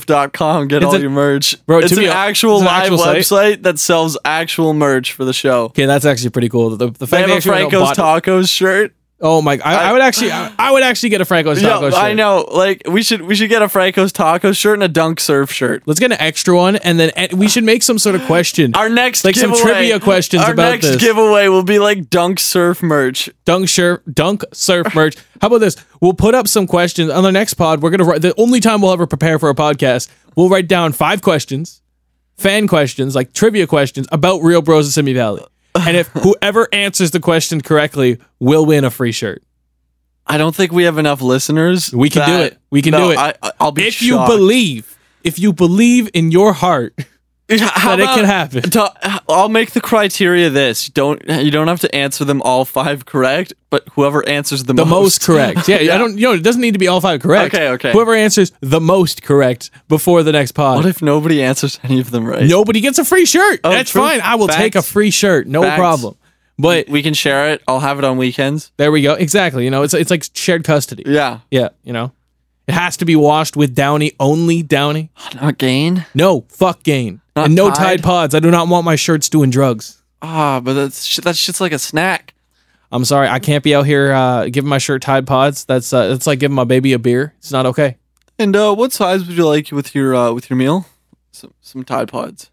dunksurf.com, get all
a-
your merch.
Bro, to
it's an
be hon-
actual
it's an
live
actual
website
site.
that sells actual merch for the show.
Okay, that's actually pretty cool. The, the
They
fact
have
they
a
actually went out
Franco's
and bought-
Tacos shirt.
Oh my! I, I,
I-
would actually, I, I would actually get a Franco's taco
yeah,
shirt.
I know. Like we should we should get a Franco's Tacos shirt and a Dunk Surf shirt.
Let's get an extra one, and then and we should make some sort of question.
Our next
Like some
giveaway,
trivia questions
our
about
next
this.
giveaway will be like Dunk Surf merch.
dunk surf, dunk surf merch. How about this? We'll put up some questions on the next pod. We're gonna write the only time we'll ever prepare for a podcast. We'll write down five questions, fan questions, like trivia questions about Real Bros of Simi Valley. And if whoever answers the question correctly will win a free shirt.
I don't think we have enough listeners.
We can do
that-
it. We can
No,
do it.
I, I- I'll be
If you
shocked.
believe, if you believe in your heart
How
that it can
about-
happen.
To, I'll make the criteria this. Don't you don't have to answer them all five correct, but whoever answers the,
the most correct. Yeah, I don't. You know, it doesn't need to be all five correct.
Okay, okay.
Whoever answers the most correct before the next pod,
What if nobody answers any of them right?
nobody gets a free shirt.
Oh,
That's
true.
fine. I will take a
Facts.
free shirt, no
Facts.
problem. But
We can share it. I'll have it on weekends.
there we go. Exactly. You know, it's it's like shared custody. Yeah.
Yeah.
you know, it has to be washed with Downy only Downy.
Not gain.
No fuck gain
Not
and no
Tide?
Tide Pods. I do not want my shirts doing drugs.
Ah, but that's sh- that shit's like a snack.
I'm sorry, I can't be out here uh, giving my shirt Tide Pods. That's uh, it's like giving my baby a beer. It's not okay.
And uh, what size would you like with your uh, with your meal? Some some Tide Pods.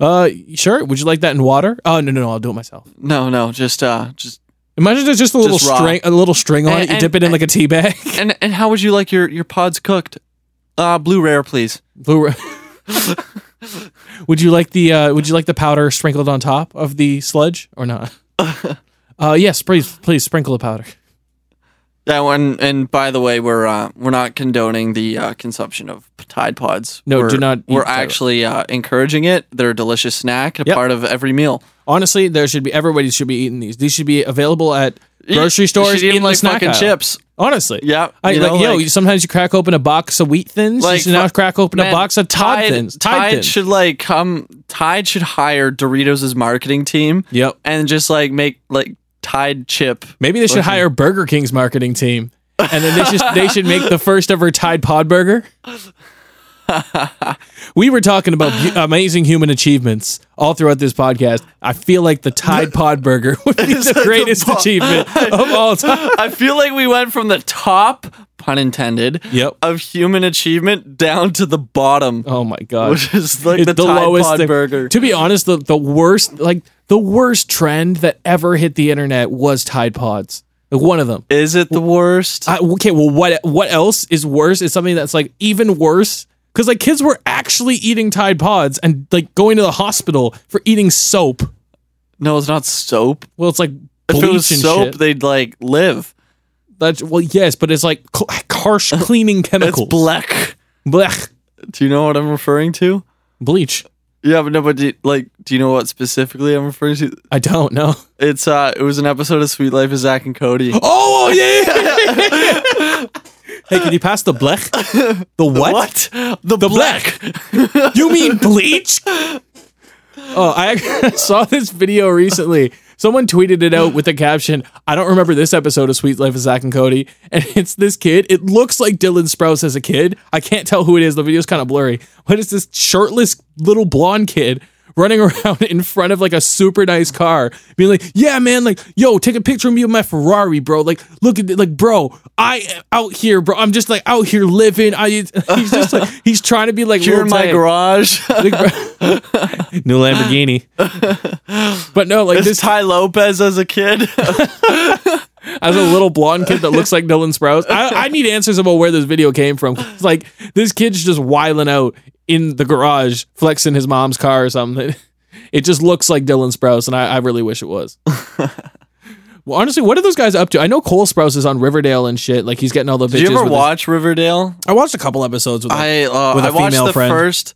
Uh, sure. Would you like that in water? Oh no, no, no. I'll do it myself.
No, no, just uh, just
Imagine there's just a little
raw.
string, a little string on
And-
it. You
and-
dip it in like a tea bag.
and and how would you like your your pods cooked? Uh, blue rare, please.
Blue. ra- would you like the uh, Would you like the powder sprinkled on top of the sludge or not? uh, yes, please, please sprinkle the powder.
That one, and by the way, we're uh, we're not condoning the uh, consumption of Tide Pods.
No,
we're,
do not eat
We're
Tide Pods.
actually uh, encouraging it. They're a delicious snack, a
Yep.
part of every meal.
Honestly, there should be everybody should be eating these. These should be available at grocery
You
stores
should eat
in
them
the
like
snack
fucking
aisle.
chips.
Honestly,
Yeah,
I,
you
like
know,
yo.
like-
sometimes you crack open a box of wheat thins.
Like,
you should now
fuck-
crack open
Man,
a box of Tide, thins. Tide,
Tide
thins.
should like come. Tide should hire Doritos' marketing team.
Yep.
and just like make like Tide chip.
Maybe they should hire Burger King's marketing team, and then they should they should make the first ever Tide Pod Burger. We were talking about bu- amazing human achievements all throughout this podcast. I feel like the Tide Pod Burger would be the
the
greatest
bomb.
achievement of all time.
I feel like we went from the top, pun intended,
Yep.
of human achievement down to the bottom,
Oh my god!
which is like
It's
the, Tide Pod
thing.
burger.
To be honest, the, the worst like the worst trend that ever hit the internet was Tide Pods. Like one of them.
Is it the worst?
I, okay, well, what what else is worse is something that's like even worse because like kids were actually eating Tide Pods and like going to the hospital for eating soap.
no, it's not soap.
Well, it's like
If
bleach
it was
and
soap,
shit.
they'd like live.
That's well, yes, but it's like cl- harsh cleaning
It's
chemicals.
black.
Blech.
Do you know what I'm referring to?
bleach.
Yeah, but no, but do, like, do you know what specifically I'm referring to?
I don't know.
It's Oh, uh, it was an episode of Sweet Life of Zach and Cody.
Oh yeah. Hey, can you pass the blech? The what?
What? The, black.
You mean bleach? oh, I ac- saw this video recently. Someone tweeted it out with the caption, I don't remember this episode of Sweet Life of Zach and Cody. And it's this kid. It looks like Dylan Sprouse as a kid. I can't tell who it is. The video's kind of blurry. But it's this shirtless little blonde kid running around in front of like a super nice car, being like, "Yeah, man, like, yo, take a picture of me with my Ferrari, bro. Like, look at it, like, bro, I am out here, bro. I'm just like out here living. I he's just like he's trying to be like
You're
little
in my
Ted.
garage.
Like, bro- New Lamborghini. but no, like
This
this,
Ty Lopez as a kid.
as a little blonde kid that looks like Dylan Sprouse. I, I need answers about where this video came from. It's like this kid's just wiling out in the garage, flexing his mom's car or something. It just looks like Dylan Sprouse, and I, I really wish it was. well, honestly, what are those guys up to? I know Cole Sprouse is on Riverdale and shit. Like he's getting all the bitches.
Did you ever
with his-
watch Riverdale?
I watched a couple episodes with.
I uh,
with a
I watched
female
the
friend.
first.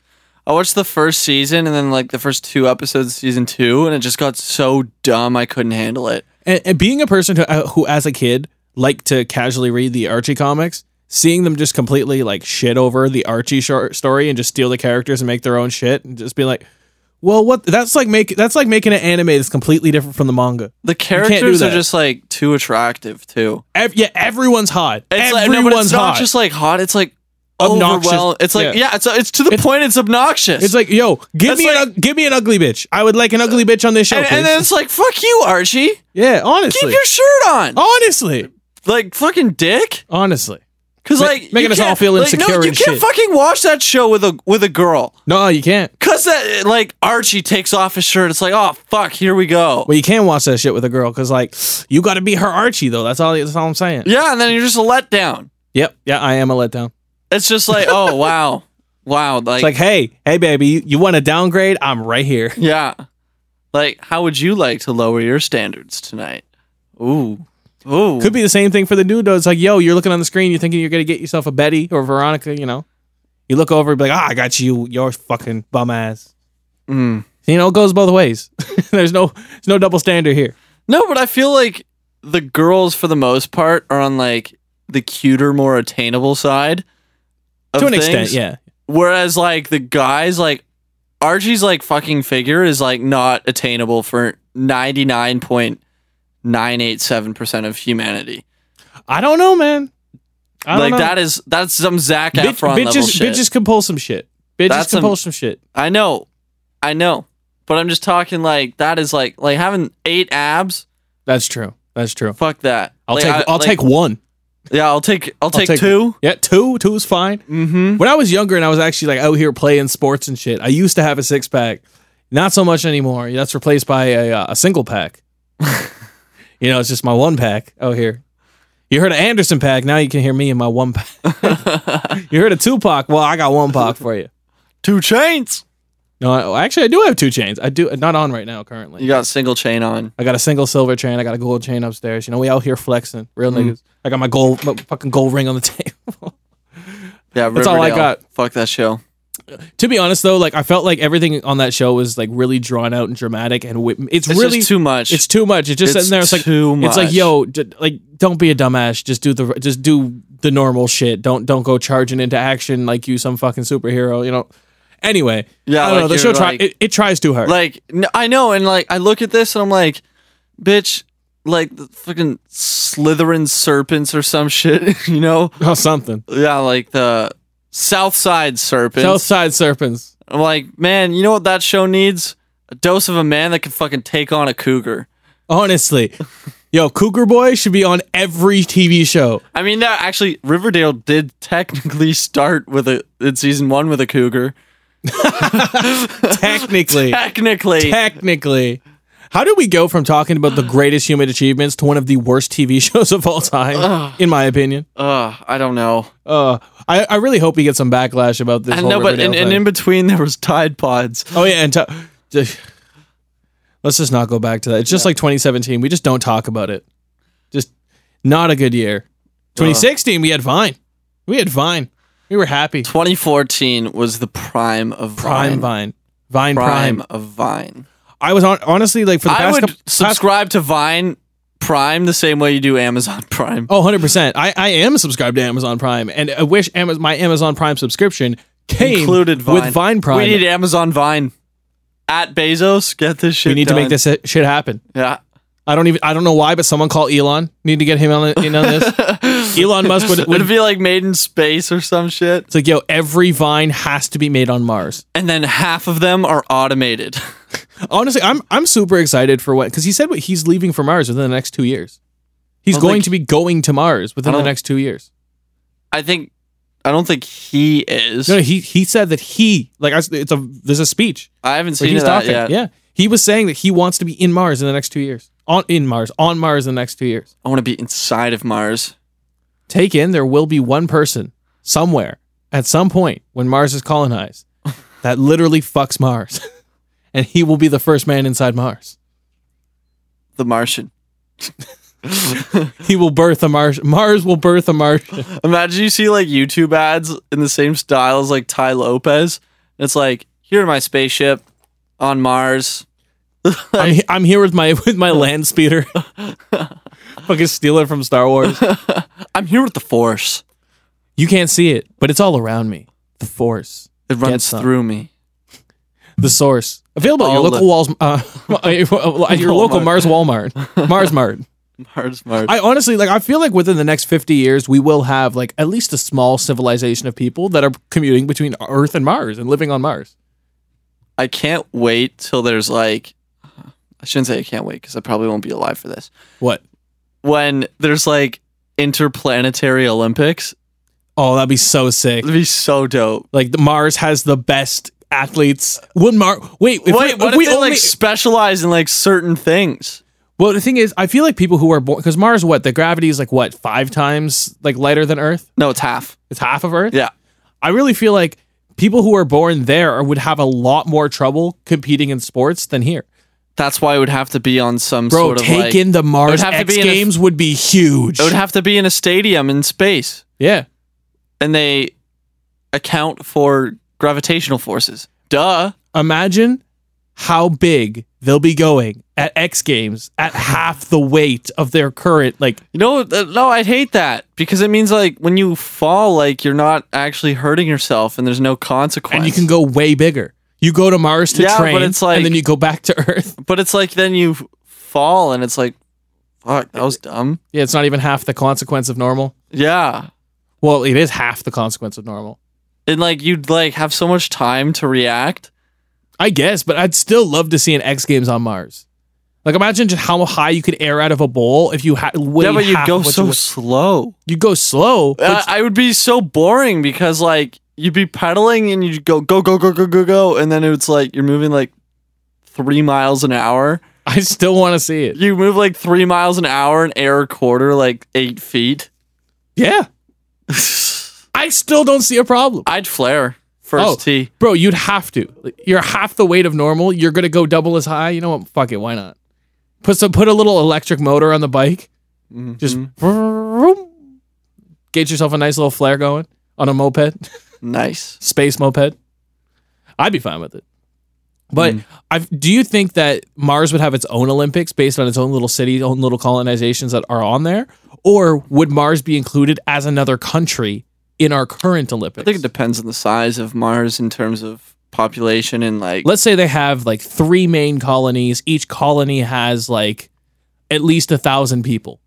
I watched the first season and then like the first two episodes, of season two, and it just got so dumb I couldn't handle it.
And, and being a person who, uh, who, as a kid, liked to casually read the Archie comics, seeing them just completely like shit over the Archie short story and just steal the characters and make their own shit, and just be like, "Well, what? That's like make that's like making an anime that's completely different from the manga." do
The characters are
that.
just like too attractive too.
Ev- yeah, everyone's hot.
It's like,
everyone's
no, but it's
hot.
not just like hot. It's like
Obnoxious.
overwhelm- It's like
Yeah.
yeah, it's it's to the point. It's obnoxious.
it's like, yo, give
That's
me an
like-
ug- give me an ugly bitch. I would like an ugly bitch on this show,
and,
please.
and then it's like fuck you, Archie.
yeah,
Keep
honestly,
your shirt on.
Oh. honestly,
Like fucking dick.
honestly,
Cause
Ma-
like you
making us all
can't-
feel
like,
insecure
No, you
and
can't
shit.
fucking watch that show with a with a girl.
no, you can't.
Cause that like Archie takes off his shirt. It's like oh fuck, here we go.
Well, you can watch that shit with a girl because, like, you got to be her Archie though. That's all. That's all I'm saying.
Yeah, and then you're just a letdown.
Yep. Yeah, I am a letdown.
It's just like oh wow, wow. Like,
It's like, hey, hey, baby, you, you want a downgrade? I'm right here.
yeah, like how would you like to lower your standards tonight? Ooh, ooh.
Could be the same thing for the dude though. It's like, yo, you're looking on the screen, you're thinking you're gonna get yourself a Betty or Veronica. You know, you look over, and be like, ah, I got you, your fucking bum ass.
Mm.
You know, it goes both ways. there's no, there's no double standard here.
No, but I feel like the girls for the most part are on like the cuter, more attainable side. Of
to an
things.
extent, yeah.
Whereas like the guys, like Archie's like fucking figure is like not attainable for ninety nine point nine eight seven percent of humanity.
I don't know, man. I don't
Like
know.
that is that's some Zac
Bitch-
Efron
bitches,
level shit.
bitches can pull some shit. Bitches
That's
can
some-
pull some shit.
I know, I know, but I'm just talking like that is like like having eight abs.
That's true. That's true.
Fuck that.
I'll
Like,
take.
I-
I, will
like-
take one.
Yeah, I'll take. I'll take,
take-
2
Yeah, two. Two is fine.
Mm-hmm.
When I was younger and I was actually like out here playing sports and shit, I used to have a six pack. Not so much anymore. That's replaced by a, uh, a single pack. you know, it's just my one pack out here. You heard an Anderson pack. Now you can hear me in my one pack. you heard a Tupac. Well, I got one pack for you.
Two chains.
No, I, actually, I do have two chains. I do not on right now currently.
You got single chain on.
I got a single silver chain. I got a gold chain upstairs. You know, we out here flexing, real
Mm.
niggas. I got my gold, my fucking gold ring on the table.
Yeah,
That's all I
Riverdale.
got.
Fuck that show.
to be honest though like i felt like everything on that show was like really drawn out and dramatic and whi it's,
It's
really
just too much.
it's too much it's just sitting there it's like
too much.
it's like yo j- like don't be a dumbass just do the just do the normal shit don't don't go charging into action like you some fucking superhero you know anyway
Yeah,
i don't
like
know the
you're
show try
like-
it, it tries too hard
Like n- I know, and like I look at this and I'm like, bitch, like the fucking Slytherin serpents or some shit, you know?
or something
Yeah, like the Southside serpents.
southside serpents
I'm like, man, you know what that show needs? A dose of a man that can fucking take on a cougar.
honestly yo cougar boy should be on every tv show
I mean, that actually Riverdale did technically start with a in season one with a cougar.
technically
Technically,
technically. How did we go from talking about the greatest human achievements to one of the worst TV shows of all time, in my opinion?
Ugh, I don't know.
Uh, I, I really hope we get some backlash about this.
I
whole
know, but
Riverdale
in, and
thing.
in between there was Tide Pods.
oh yeah, and to- just- let's just not go back to that. It's just like 2017. We just don't talk about it. Just not a good year. 2016, we had Vine. We had Vine. We were happy.
2014 was the prime of
Prime
Vine.
Vine. Vine Prime.
Prime of Vine.
I was on honestly like for the
I
past
would
coup- past
subscribe to Vine Prime the same way you do Amazon Prime.
Oh, 100%. I, I am subscribed to Amazon Prime, and I wish Amaz- my Amazon Prime subscription came
Included Vine.
with Vine Prime.
We need Amazon Vine. At Bezos, get this shit.
We need to make
done.
this shit happen.
Yeah.
I don't even I don't know why, but someone call Elon. Need to get him on in on this. Elon Musk would,
Would it
would
be like made in space or some shit?
it's like yo, every vine has to be made on Mars.
And then half of them are automated.
Honestly, I'm I'm super excited for what because he said what he's leaving for Mars within the next two years. He's
Well,
going
like-
to be going to Mars within the
I don't-
next two years.
I think I don't think he is.
No, no, he he said that he like I s- it's a there's a speech
I haven't
where
seen
he's
that
talking.
yet.
Yeah, he was saying that he wants to be in Mars in the next two years. On in Mars on Mars in the next two years.
I want to be inside of Mars.
take in there will be one person somewhere at some point when Mars is colonized that literally fucks Mars. and he will be the first man inside Mars.
The Martian.
He will birth a Mars. Mars will birth a Martian.
Imagine you see like YouTube ads in the same style as like Ty Lopez. It's like, here in my spaceship on Mars.
I'm, he- I'm here with my with my land speeder. Fucking steal it from Star Wars.
I'm here with the Force.
You can't see it, but it's all around me. The Force,
It runs
some.
through me.
the source, available at your
All
local
the-
walls, uh, at your local
Walmart.
Mars Walmart, Mars Mart.
Mars, Mars.
I honestly like I feel like within the next 50 years we will have like at least a small civilization of people that are commuting between Earth and Mars and living on Mars.
I can't wait till there's like, I shouldn't say I can't wait because I probably won't be alive for this.
What?
When there's like interplanetary Olympics,
Oh, that'd be so sick.
it'd be so dope.
Like the Mars has the best athletes. Would Mar Wait, if
Wait,
we,
what
if
if
we
they
only
like specialize in like certain things?
Well, the thing is, I feel like people who are born cuz Mars what? The gravity is like what? 5 times like lighter than Earth?
No, it's half.
It's half of Earth?
Yeah.
I really feel like people who are born there would have a lot more trouble competing in sports than here.
That's why it would have to be on some
Bro,
sort of
taking
like,
the Mars
have to
X
be in a-
Games would be huge.
It would have to be in a stadium in space,
yeah.
and they account for gravitational forces. Duh.
imagine how big they'll be going at X Games at half the weight of their current like
You know, uh, no, I'd hate that because it means like when you fall, like you're not actually hurting yourself, and there's no consequence.
and you can go way bigger. You go to Mars to
Yeah, but
train
it's like-
and then you go back to Earth.
but it's like then you f- fall, and it's like, fuck, that was dumb.
Yeah, it's not even half the consequence of normal.
Yeah,
Well, it is half the consequence of normal.
and like you'd like have so much time to react.
I guess, but I'd still love to see an X Games on Mars. Like imagine just how high you could air out of a bowl if you had
yeah, but you'd go so
you
slow.
you go slow.
Uh,
but-
I would be so boring because like you'd be pedaling and you'd go go go go go go go, and then it's like you're moving like three miles an hour.
I still want to see it.
You move like three miles an hour and air a quarter like eight feet.
Yeah. I still don't see a problem.
I'd flare first
Oh.
tee.
Bro, you'd have to. Like, You're half the weight of normal. You're gonna go double as high. You know what? Fuck it. Why not? Put some. Put a little electric motor on the bike. Just
Mm-hmm.
vroom. get yourself a nice little flare going on a moped,
nice.
space moped. I'd be fine with it. But
Mm.
i do you think that Mars would have its own Olympics based on its own little city, own little colonizations that are on there, or would Mars be included as another country in our current Olympics?
I think it depends on the size of Mars in terms of population and like
let's say they have like three main colonies. Each colony has like at least a thousand people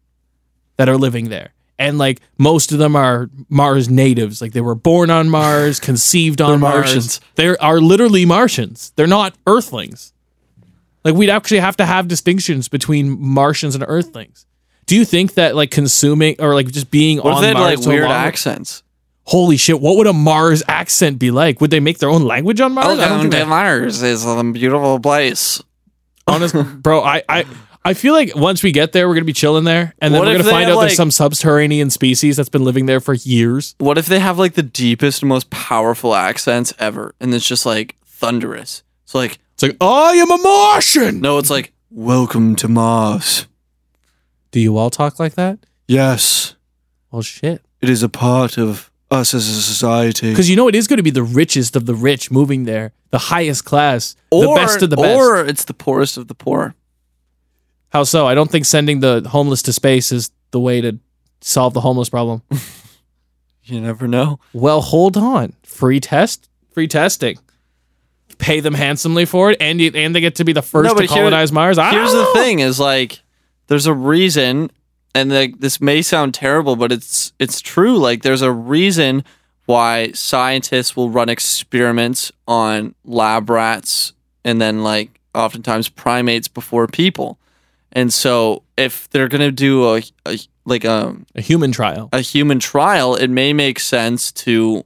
that are living there. And like most of them are Mars natives. Like they were born on Mars, conceived on Mars.
Martians.
They are literally Martians. They're not Earthlings. Like we'd actually have to have distinctions between Martians and Earthlings. Do you think that like consuming or like just being
what if
on
they had
Mars
like
so
weird
long-
accents?
Holy shit! What would a Mars accent be like? Would they make their own language on Mars? I don't
Welcome
think they-
to Mars Oh, is a beautiful place.
Honest, bro, I, I I feel like once we get there, we're gonna be chilling there, and then
What
we're
if
gonna
they
find
have,
out there's
like-
some subterranean species that's been living there for years.
What if they have like the deepest, most powerful accents ever, and it's just like thunderous? It's like
It's like I am a Martian.
no, it's like
Welcome to Mars.
Do you all talk like that?
Yes,
Well, shit.
it is a part of us as a society.
Because you know it is gonna be the richest of the rich moving there, the highest class,
or,
the best of the best.
or it's the poorest of the poor.
How so? I don't think sending the homeless to space is the way to solve the homeless problem.
You never know.
Well, hold on. Free test, free testing. Pay them handsomely for it, and you, and they get to be the first
No,
to
but here-
colonize Mars. I
Here's
don't
the
know.
thing: is like, there's a reason, and like this may sound terrible, but it's it's true. Like, there's a reason why scientists will run experiments on lab rats and then like oftentimes primates before people. And so, if they're gonna do a, a like um
A human trial.
a human trial, it may make sense to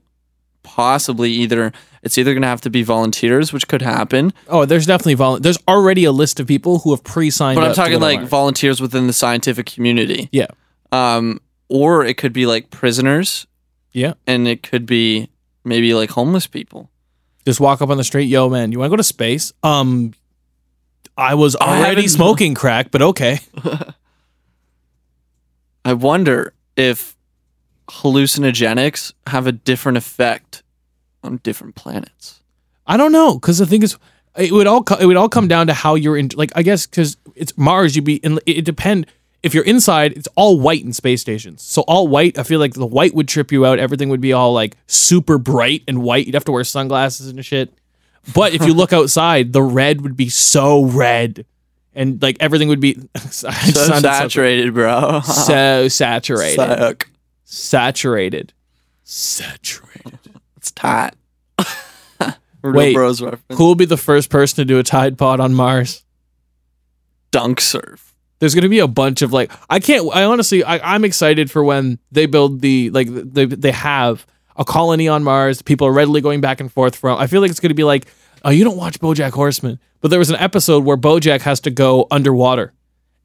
possibly either it's either going to have to be volunteers, which could happen,
Oh, there's definitely vol. There's already a list of people who have pre-signed.
but I'm
up to go
talking
to
like
Mars.
volunteers within the scientific community.
Yeah.
Um, or it could be like prisoners.
Yeah.
And it could be maybe like homeless people.
just walk up on the street, yo, man, you want to go to space? Um, I was
I
already
haven't-
smoking crack, but okay.
I wonder if hallucinogenics have a different effect on different planets.
I don't know because the thing is, it would all co- it would all come down to how you're in. Like I guess because it's Mars, you'd be in. It, it depend if you're inside. It's all white in space stations, so all white. I feel like the white would trip you out. Everything would be all like super bright and white. You'd have to wear sunglasses and shit. But if you look outside, the red would be so red, and like everything would be I just
So
sounded
saturated, bro.
So, so saturated,
Suck.
saturated, saturated.
It's tight. Rude
Wait.
Bros reference.
Who will be the first person to do a Tide Pod on Mars?
Dunk surf.
there's gonna be a bunch of like I can't I honestly I, I'm excited for when they build the like they they have a colony on Mars people are readily going back and forth from I feel like it's gonna be like oh you don't watch BoJack Horseman but there was an episode where BoJack has to go underwater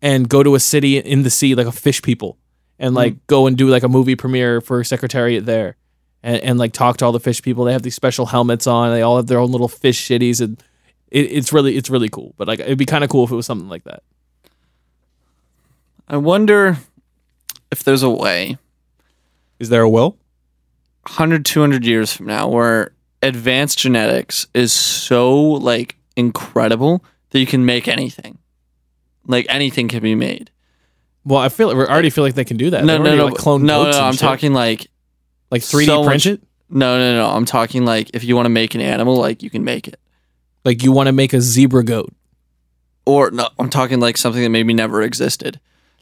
and go to a city in the sea like a fish people and like go and do like a movie premiere for Secretariat there and, and like talk to all the fish people they have these special helmets on they all have their own little fish shitties and it, it's really it's really cool but like it'd be kind of cool if it was something like that
I wonder if there's a way
is there a will
100 200 years from now where advanced genetics is so like incredible that you can make anything. Like anything can be made.
Well, I feel we already feel like they can do that.
no,
They
no,
already,
no,
like, clone
no, no,
goats and
I'm
shit.
talking like
like 3D
so
print
much-
it.
no, no, no. I'm talking like if you want to make an animal, like you can make it.
Like you want to make a zebra goat,
Or no, I'm talking like something that maybe never existed.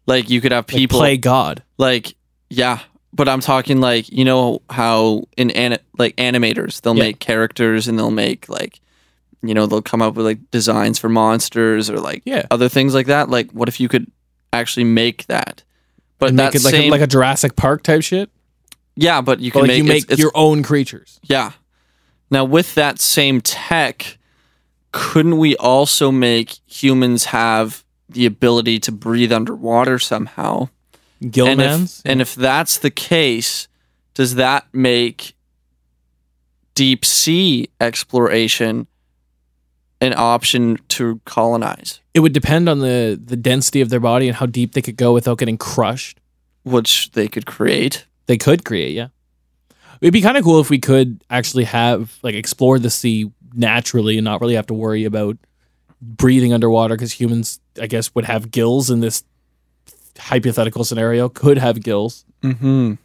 Like you could have
like,
people
play God.
like yeah but i'm talking like you know how in an like animators they'll
Yeah.
make characters and they'll make like you know they'll come up with like designs for monsters or like
Yeah,
other things like that like what if you could actually make that but
and
that
make it like
same-
a, like a Jurassic Park type shit.
yeah but you
But like
can make,
you
it's-
make
it's-
your own creatures.
yeah now with that same tech couldn't we also make humans have the ability to breathe underwater somehow and
Gillmans.
if, and if that's the case, does that make deep sea exploration an option to colonize?
it would depend on the the density of their body and how deep they could go without getting crushed.
Which they could create.
They could create, yeah. It'd be kind of cool if we could actually have like explore the sea naturally and not really have to worry about breathing underwater because humans, I guess, would have gills in this hypothetical scenario. Could have gills.
Mm-hmm.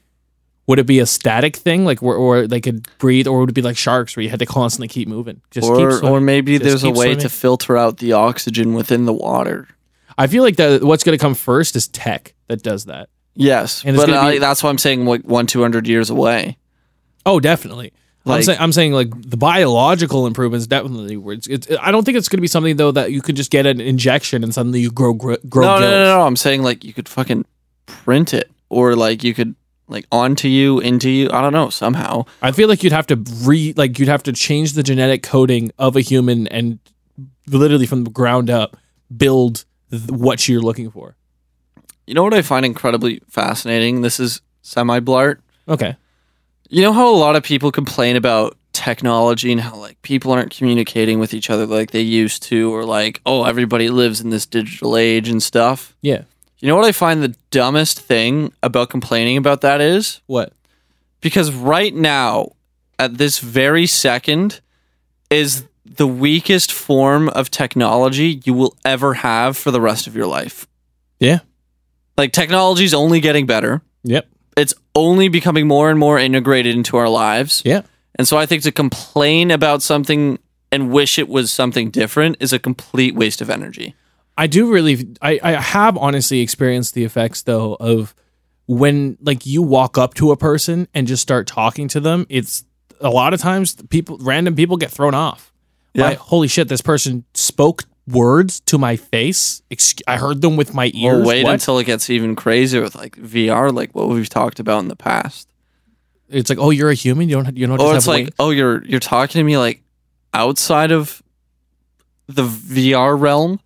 Would it be a static thing, like where or they could breathe, or would it be like sharks where you had to constantly keep moving? Just keep
Or, uh,
swimming?
or maybe
Just
there's a
keep
way
swimming.
to filter out the oxygen within the water.
I feel like that what's going to come first is tech that does that.
Yes,
And it's
but
gonna
I,
be-
that's why I'm saying like one two hundred years away.
Oh, definitely. I'm
Like-
saying I'm saying like the biological improvements definitely. Where it's, it's, I don't think it's going to be something though that you could just get an injection and suddenly you grow gr- grow
No, no,
gills.
no, no, no. I'm saying like you could fucking print it, or like you could like onto you, into you. I don't know somehow.
I feel like you'd have to re like you'd have to change the genetic coding of a human and literally from the ground up build th- what you're looking for.
You know what I find incredibly fascinating? This is semi blart.
Okay.
You know how a lot of people complain about technology and how like people aren't communicating with each other like they used to, or like, oh, everybody lives in this digital age and stuff.
Yeah.
You know what I find the dumbest thing about complaining about that is?
What?
Because right now, at this very second, is the weakest form of technology you will ever have for the rest of your life.
Yeah.
Like technology's only getting better.
Yep.
It's only becoming more and more integrated into our lives.
Yeah.
And so I think to complain about something and wish it was something different is a complete waste of energy.
I do really I, I have honestly experienced the effects though of when like you walk up to a person and just start talking to them, it's a lot of times people random people get thrown off.
Yeah.
Like, holy shit, this person spoke words to my face. Excu- I heard them with my
Or
ears.
Oh, wait
What?
until it gets even crazier with like VR, like what we've talked about in the past.
it's like, oh, you're a human. You don't. have- You don't.
or
just
it's
have
like,
wings."
oh, you're you're talking to me like outside of the VR realm.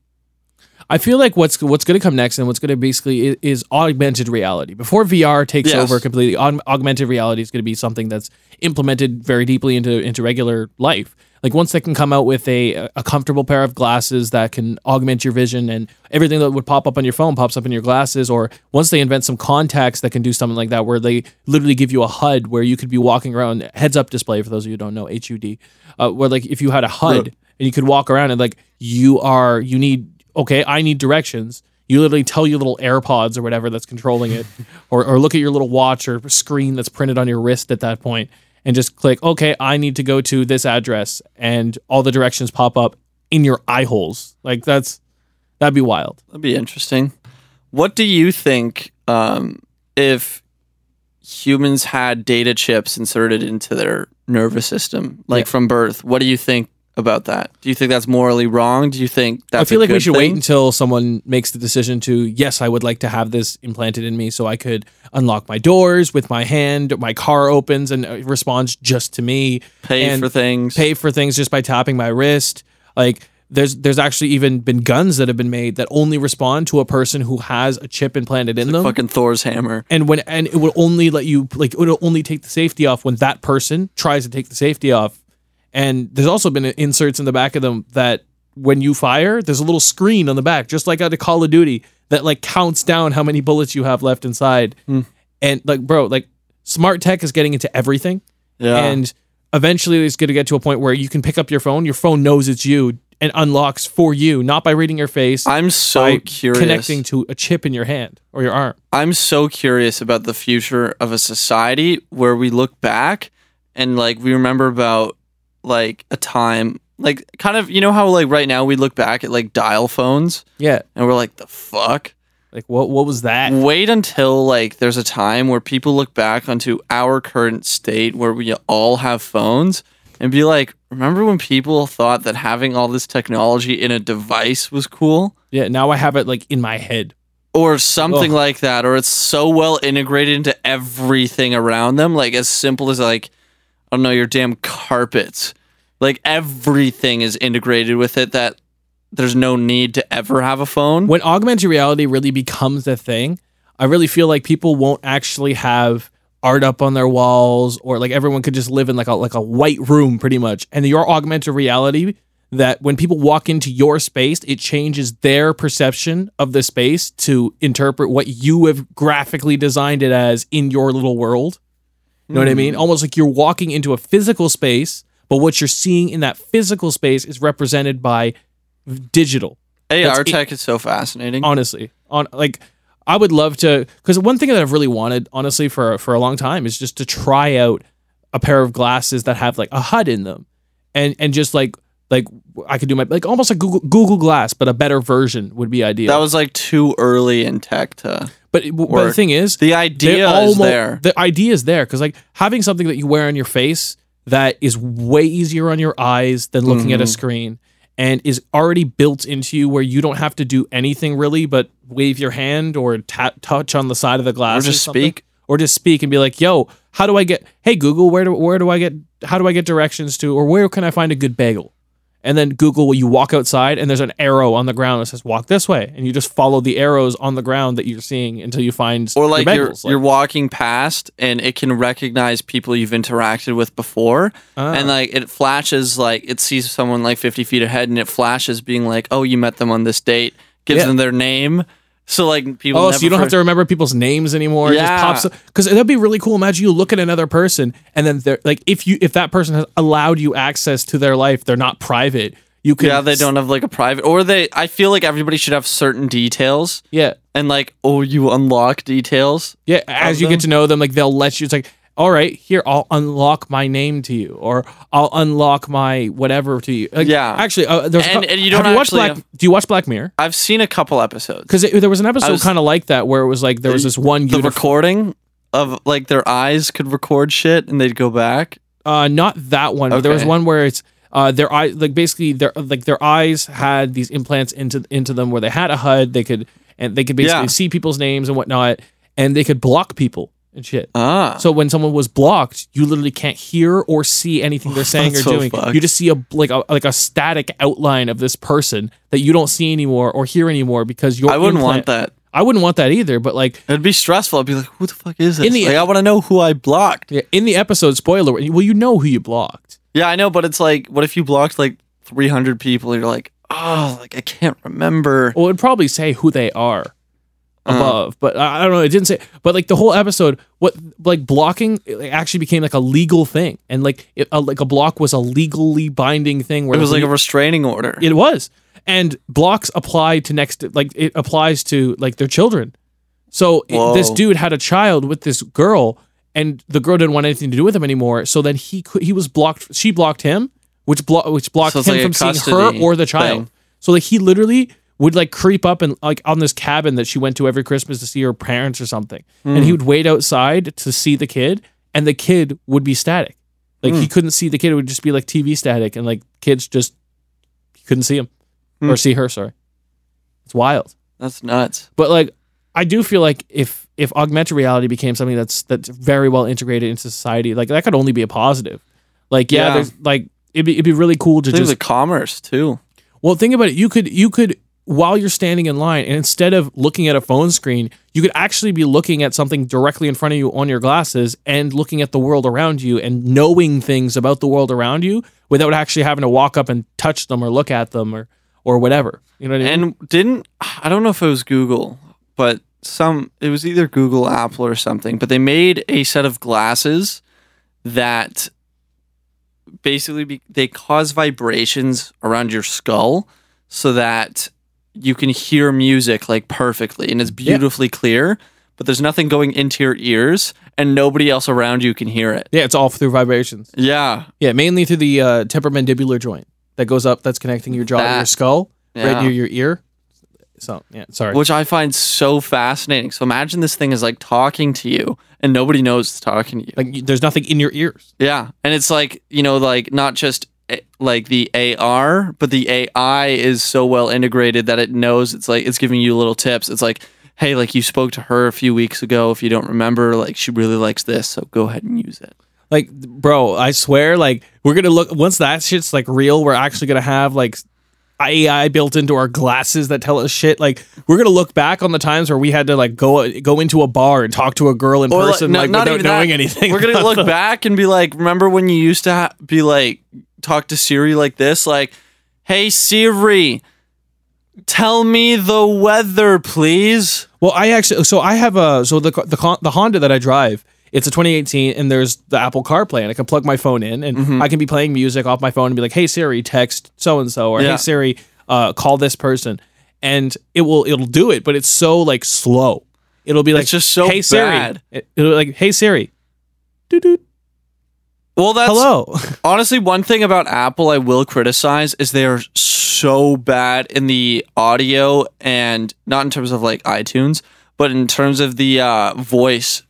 I feel like what's what's going to come next and what's going to basically is, is augmented reality. Before VR takes
Yes.
over completely, aug- augmented reality is going to be something that's implemented very deeply into into regular life. Like once they can come out with a a comfortable pair of glasses that can augment your vision and everything that would pop up on your phone pops up in your glasses, or once they invent some contacts that can do something like that, where they literally give you a HUD where you could be walking around heads up display for those of you who don't know HUD, uh, where like if you had a HUD and you could walk around and like you are you need okay, I need directions. You literally tell your little AirPods or whatever that's controlling it, or, or look at your little watch or screen that's printed on your wrist at that point, and just click, okay, I need to go to this address, and all the directions pop up in your eye holes. Like that's that'd be wild.
That'd be interesting. What do you think um, if humans had data chips inserted into their nervous system, like from birth? What do you think about that? Do you think that's morally wrong? Do you think that's
I feel
a
like we
good
should wait
thing?
until someone makes the decision to yes, I would like to have this implanted in me, so I could unlock my doors with my hand, my car opens and uh, responds just to me.
pay
and
for things?
pay for things just by tapping my wrist. Like there's there's actually even been guns that have been made that only respond to a person who has a chip implanted in them.
fucking Thor's hammer.
and when and it will only let you like it will only take the safety off when that person tries to take the safety off. And there's also been inserts in the back of them that when you fire, there's a little screen on the back, just like out of Call of Duty, that like counts down how many bullets you have left inside. And like, bro, like smart tech is getting into everything
Yeah.
and eventually it's going to get to a point where you can pick up your phone your phone knows it's you and unlocks for you not by reading your face
I'm so
by
curious.
connecting to a chip in your hand or your arm
I'm so curious about the future of a society where we look back and like we remember about like a time like kind of you know how like right now we look back at like dial phones
yeah
and we're like the fuck
like what what was that
wait until like there's a time where people look back onto our current state where we all have phones and be like remember when people thought that having all this technology in a device was cool
yeah now i have it like in my head
or something
Ugh.
like that or it's so well integrated into everything around them like as simple as like i don't know your damn carpets like everything is integrated with it that there's no need to ever have a phone
when augmented reality really becomes a thing i really feel like people won't actually have art up on their walls or like everyone could just live in like a like a white room pretty much and your augmented reality that when people walk into your space it changes their perception of the space to interpret what you have graphically designed it as in your little world you know what I mean? Almost like you're walking into a physical space, but what you're seeing in that physical space is represented by v- digital
ar
That's Oh, it.
tech is so fascinating
honestly on like i would love to because one thing that i've really wanted honestly for for a long time is just to try out a pair of glasses that have like a hud in them and and just like like i could do my like almost like google google glass but a better version would be ideal
that was like too early in tech to
but, but the
work.
thing is
the
they're
idea is
almo-
there
The idea is there because like having something that you wear on your face that is way easier on your eyes than looking at a
Mhm.
screen and is already built into you where you don't have to do anything really but wave your hand or ta- touch on the side of the glass
or just
something.
speak
or just speak and be like yo how do i get hey google where do where do i get how do i get directions to or where can i find a good bagel and then google will you walk outside and there's an arrow on the ground that says walk this way and you just follow the arrows on the ground that you're seeing until you find
or like
your
you're,
bagels.
you're walking past and it can recognize people you've interacted with before
Ah.
and like it flashes like it sees someone like 50 feet ahead and it flashes being like oh you met them on this date gives
Yeah.
them their name So like people.
Oh,
never
so you don't have
for-
to remember people's names anymore. It
Yeah.
just pops up. Because that'd be really cool. Imagine you look at another person and then they're like if you if that person has allowed you access to their life, they're not private. You can
Yeah, they don't have like a private, or they. I feel like everybody should have certain details,
Yeah.
and like, oh, you unlock details.
Yeah. As you get to know them, like they'll let you it's like, all right, here, I'll unlock my name to you, or I'll unlock my whatever to you. Like,
Yeah.
Actually, uh, there's a
And-
cou-
and you don't
have you watched
actually
Black do you watch Black Mirror?
I've seen a couple episodes.
Because there was an episode
was-
kind of like that where it was like there was this one
The
uniform.
recording of like their eyes could record shit, and they'd go back.
Uh, not that one. But there was
Okay.
one where it's uh, their eye, like basically their like their eyes had these implants into into them where they had a HUD. They could and they could basically
Yeah.
see people's names and whatnot, and they could block people and shit.
Ah,
So when someone was blocked, you literally can't hear or see anything they're saying or
That's so
doing.
fucked.
You just see a like a like a static outline of this person that you don't see anymore or hear anymore because your
I wouldn't
implant-
want that.
I wouldn't want that either. But like
It'd be stressful. I'd be like, who the fuck is this?
In the-
like, I want to know who I blocked.
yeah, in the episode spoiler, well you know who you blocked.
Yeah, I know, but it's like, what if you blocked like 300 people? You're like, oh, like I can't remember.
Well, it'd probably say who they are
Uh-huh.
above, but I I don't know. It didn't say, but like the whole episode, what like blocking it like, actually became like a legal thing, and like it, a, like a block was a legally binding thing. Where
It was like a
when
restraining order.
you- it was, and blocks apply to next, like it applies to like their children. So it, this
Whoa.
dude had a child with this girl, and the girl didn't want anything to do with him anymore. So then he could, he was blocked. She blocked him, which block which blocked
So it's
him
like a
from seeing her
custody
or the child.
thing.
So like he literally would like creep up and like on this cabin that she went to every Christmas to see her parents or something, and
Mm.
he would wait outside to see the kid, and the kid would be static. Like he couldn't see the kid; it would just be like TV static, and like kids just couldn't see him
Hmm.
or see her. Sorry, it's wild.
That's nuts.
But like, I do feel like if if augmented reality became something that's that's very well integrated into society, like that could only be a positive. Like, yeah,
Yeah.
there's like it'd be, it'd be really cool to
There's
just
a commerce too.
well think about it. You could you could while you're standing in line, and instead of looking at a phone screen, you could actually be looking at something directly in front of you on your glasses and looking at the world around you and knowing things about the world around you without actually having to walk up and touch them or look at them or or whatever. You know what I mean?
And didn't I don't know if it was Google, but some it was either Google, Apple, or something. But they made a set of glasses that basically be, they cause vibrations around your skull so that you can hear music like perfectly and it's beautifully clear. But there's nothing going into your ears, and nobody else around you can hear it.
yeah, it's all through vibrations.
Yeah,
Yeah, mainly through the uh, temporomandibular joint that goes up, that's connecting your jaw to your
That.
skull, right
Yeah.
near your ear. So yeah, sorry.
which I find so fascinating. So imagine this thing is like talking to you, and nobody knows it's talking to you.
like you- there's nothing in your ears.
Yeah, and it's like you know, like not just eh, like the AR, but the AI is so well integrated that it knows it's like it's giving you little tips. It's like, hey, like you spoke to her a few weeks ago. If you don't remember, like she really likes this, so go ahead and use it.
Like, bro, I swear, like we're gonna look once that shit's like real, we're actually gonna have like AI built into our glasses that tell us shit. Like we're gonna look back on the times where we had to like go go into a bar and talk to a girl in person, like, without knowing anything.
We're gonna
about
look
them.
back and be like, remember when you used to ha- be like talk to Siri like this, like, hey Siri, tell me the weather, please.
Well, I actually so I have a so the the Con- the Honda that I drive. It's a 2018, and there's the Apple CarPlay, and I can plug my phone in, and
Mm-hmm.
I can be playing music off my phone and be like, "Hey Siri, text so and so," or
Yeah.
"Hey Siri, uh, call this person," and it will it'll do it, but it's so like slow. It'll be like
just so
"Hey Siri,"
bad.
It- it'll be like "Hey Siri, Doo-doo.
Well, that's
hello."
honestly one thing about Apple I will criticize is they are so bad in the audio and not in terms of like iTunes, but in terms of the uh, voice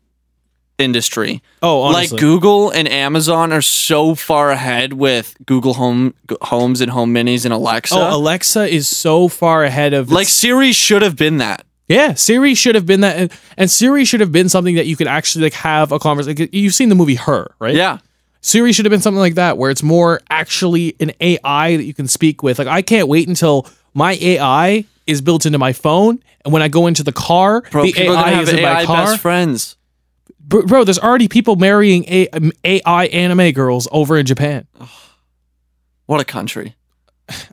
industry.
oh, honestly,
Like Google and Amazon are so far ahead with Google Home G- Homes and Home Minis and Alexa.
oh Alexa is so far ahead of
like
its-
Siri should have been that.
Yeah, Siri should have been that, and, and Siri should have been something that you could actually like have a conversation. you've seen the movie Her, right?
Yeah.
Siri should have been something like that, where it's more actually an AI that you can speak with. Like I can't wait until my AI is built into my phone, and when I go into the car,
Bro,
the
people are gonna
AI
have
is in
AI
my car.
best friends.
Bro, bro, there's already people marrying a- um, AI anime girls over in Japan.
What a country.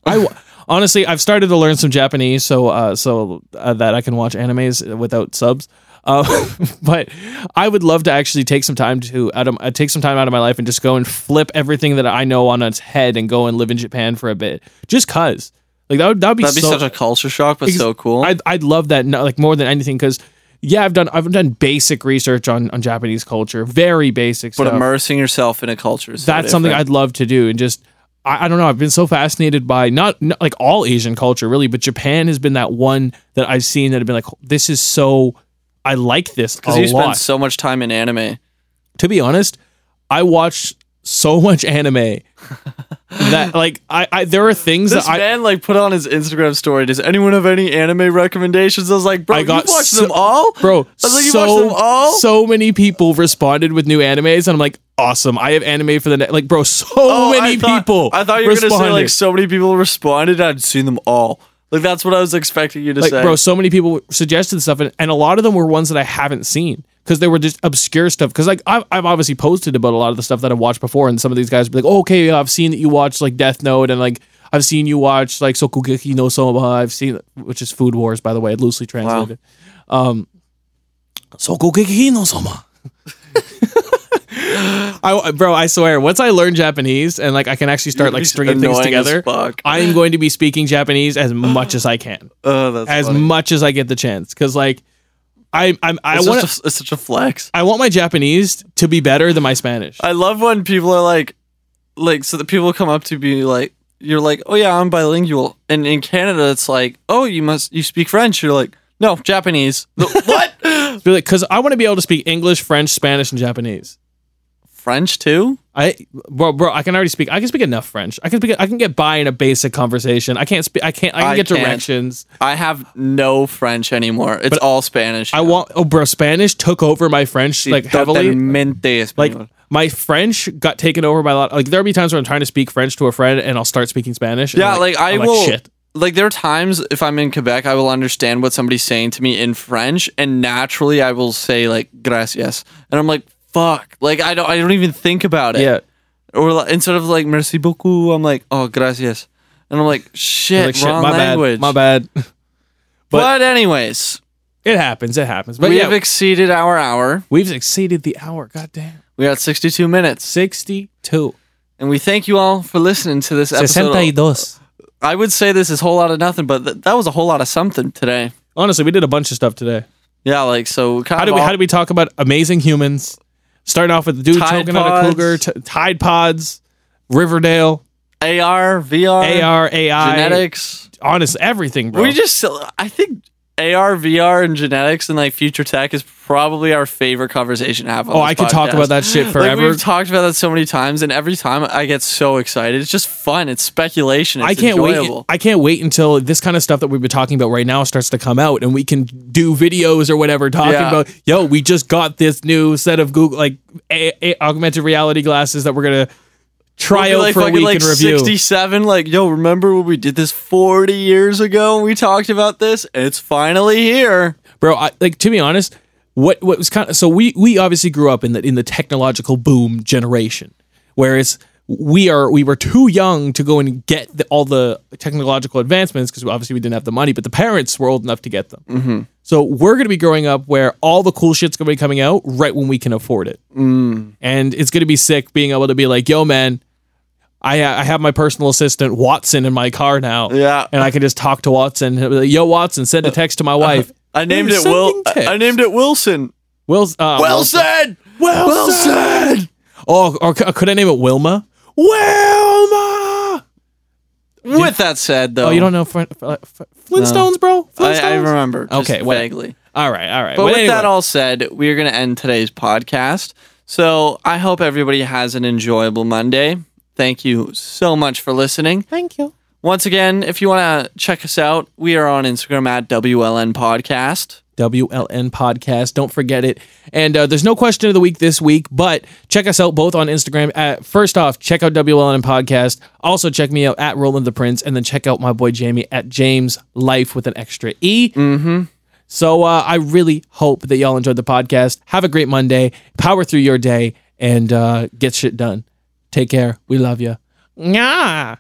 I, honestly, I've started to learn some Japanese so uh, so uh, that I can watch animes without subs. Uh, but I would love to actually take some time to out of, uh, take some time out of my life and just go and flip everything that I know on its head and go and live in Japan for a bit, just cause. Like that would that'd be
That'd be
so,
such a culture shock, but
Ex-
so cool.
I'd, I'd love that no- like more than anything because yeah I've done I've done basic research on on Japanese culture very basic
but
stuff.
immersing yourself in a culture is so
that's something
different.
I'd love to do and just I, I don't know I've been so fascinated by not, not like all Asian culture really but Japan has been that one that I've seen that have been like this is so I like this a
because you
lot
spend so much time in anime.
to be honest, I watch so much anime that like I, I there are things
This
that I
man like put on his Instagram story. Does anyone have any anime recommendations? I was like, bro,
I
you
got
watched
so-
them all,
bro
I was like, you
so
watched them all.
so many people responded with new animes and I'm like awesome I have anime for the next like bro so
Oh,
many
I thought-
people
I thought you were gonna say
responded.
like so many people responded. I'd seen them all. Like that's what I was expecting you to
like
say.
bro so many people suggested stuff and, and a lot of them were ones that i haven't seen because they were just obscure stuff because like I've, I've obviously posted about a lot of the stuff that i've watched before and some of these guys be like oh, okay yeah, i've seen that you watch like death note and like i've seen you watch like sokugeki no soma i've seen which is food wars by the way loosely translated um sokugeki no soma I, bro i swear once i learn japanese and like i can actually start like
He's
stringing things
annoying as
together
Fuck.
i am going to be speaking japanese as much as i can
oh, that's
as
funny.
much as I get the chance. Because like, I I'm, I
It's
want
such a- it's such a flex.
I want my Japanese to be better than my Spanish.
I love when people are like, like, so the people come up to be like, you're like, oh yeah, I'm bilingual, and in Canada it's like, oh, you must you speak French. You're like, no, Japanese. No, what?
Be like, because I want to be able to speak English, French, Spanish, and Japanese.
French too?
I bro, bro, I can already speak. I can speak enough French. I can speak. I can get by in a basic conversation. I can't speak. I can't. I can
I
get
can't.
directions.
I have no French anymore. It's all Spanish.
I want. Oh, bro, Spanish took over my French like heavily. Like my French got taken over by a lot. Like there'll be times where I'm trying to speak French to a friend and I'll start speaking Spanish. and
Yeah,
I'm
like, I
I'm
will.
Shit.
Like there are times if I'm in Quebec, I will understand what somebody's saying to me in French, and naturally I will say like "gracias," and I'm like, "Fuck!" Like I don't, I don't even think about it.
Yeah.
Or like, instead of like "merci beaucoup," I'm like, "Oh, gracias," and I'm like, "Shit,
Like, shit,
wrong
my bad.
language."
My bad.
But,
but-
anyways,
It happens. It happens. But
we
yeah,
have exceeded our hour.
We've exceeded the hour. God damn.
We got 62 minutes,
62.
and we thank you all for listening to this episode. I would say this is whole lot of nothing, but th- that was a whole lot of something today.
Honestly, we did a bunch of stuff today.
Yeah, like so. Kind
How
of
did we
all-
how did we talk about amazing humans? Starting off with the dude
Tide
choking out a
Pods.
cougar, t- Tide Pods, Riverdale,
AR, VR,
AR, AI,
genetics.
honest everything, bro.
Uh, We just, I think AR, VR, and genetics and like future tech is probably our favorite conversation to have. On
oh,
this
I could talk
podcast.
about that shit
Like
forever.
we've talked about that so many times, and every time I get so excited. It's just fun. It's speculation. It's
I can't
enjoyable.
wait. I can't wait until this kind of stuff that we've been talking about right now starts to come out, and we can do videos or whatever talking
Yeah.
about. Yo, we just got this new set of Google like a- a- augmented reality glasses that we're gonna try
We'll
out
be like
for a
fucking
week
like
and review.
67 like yo remember when we did this 40 years ago and we talked about this it's finally here
bro I, like to be honest what what was kind of so we we obviously grew up in the in the technological boom generation whereas we are we were too young to go and get the, all the technological advancements because obviously we didn't have the money but the parents were old enough to get them so we're going to be growing up where all the cool shit's going to be coming out right when we can afford it and it's going to be sick being able to be like yo man I, I have my personal assistant Watson in my car now.
Yeah.
And I can just talk to Watson. He'll be like, Yo, Watson, send a text to my wife.
i named
We're
it will
sending
I- I
texts.
named it wilson
Wills, uh,
Wilson! Wilson!
Oh, or, c- could I name it Wilma? Wilma.
With that said, though,
Oh, you don't know Fr- Fr- Fr- Flintstones, bro? Flintstones.
I, I remember. just
Okay, wait.
vaguely.
All right, all right.
But with
anyway,
that all said, we are going to end today's podcast. So I hope everybody has an enjoyable Monday. Thank you so much for listening.
thank you.
Once again, if you want to check us out, we are on Instagram at WLN Podcast.
WLN podcast. Don't forget it. And uh, there's no question of the week this week, but check us out both on Instagram. At first off, check out WLN podcast. Also check me out at Roland the Prince, and then check out my boy Jamie at James Life with an extra E. Mm-hmm. So uh, I really hope that y'all enjoyed the podcast. Have a great Monday. Power through your day and uh, get shit done. Take care. We love you. Yeah.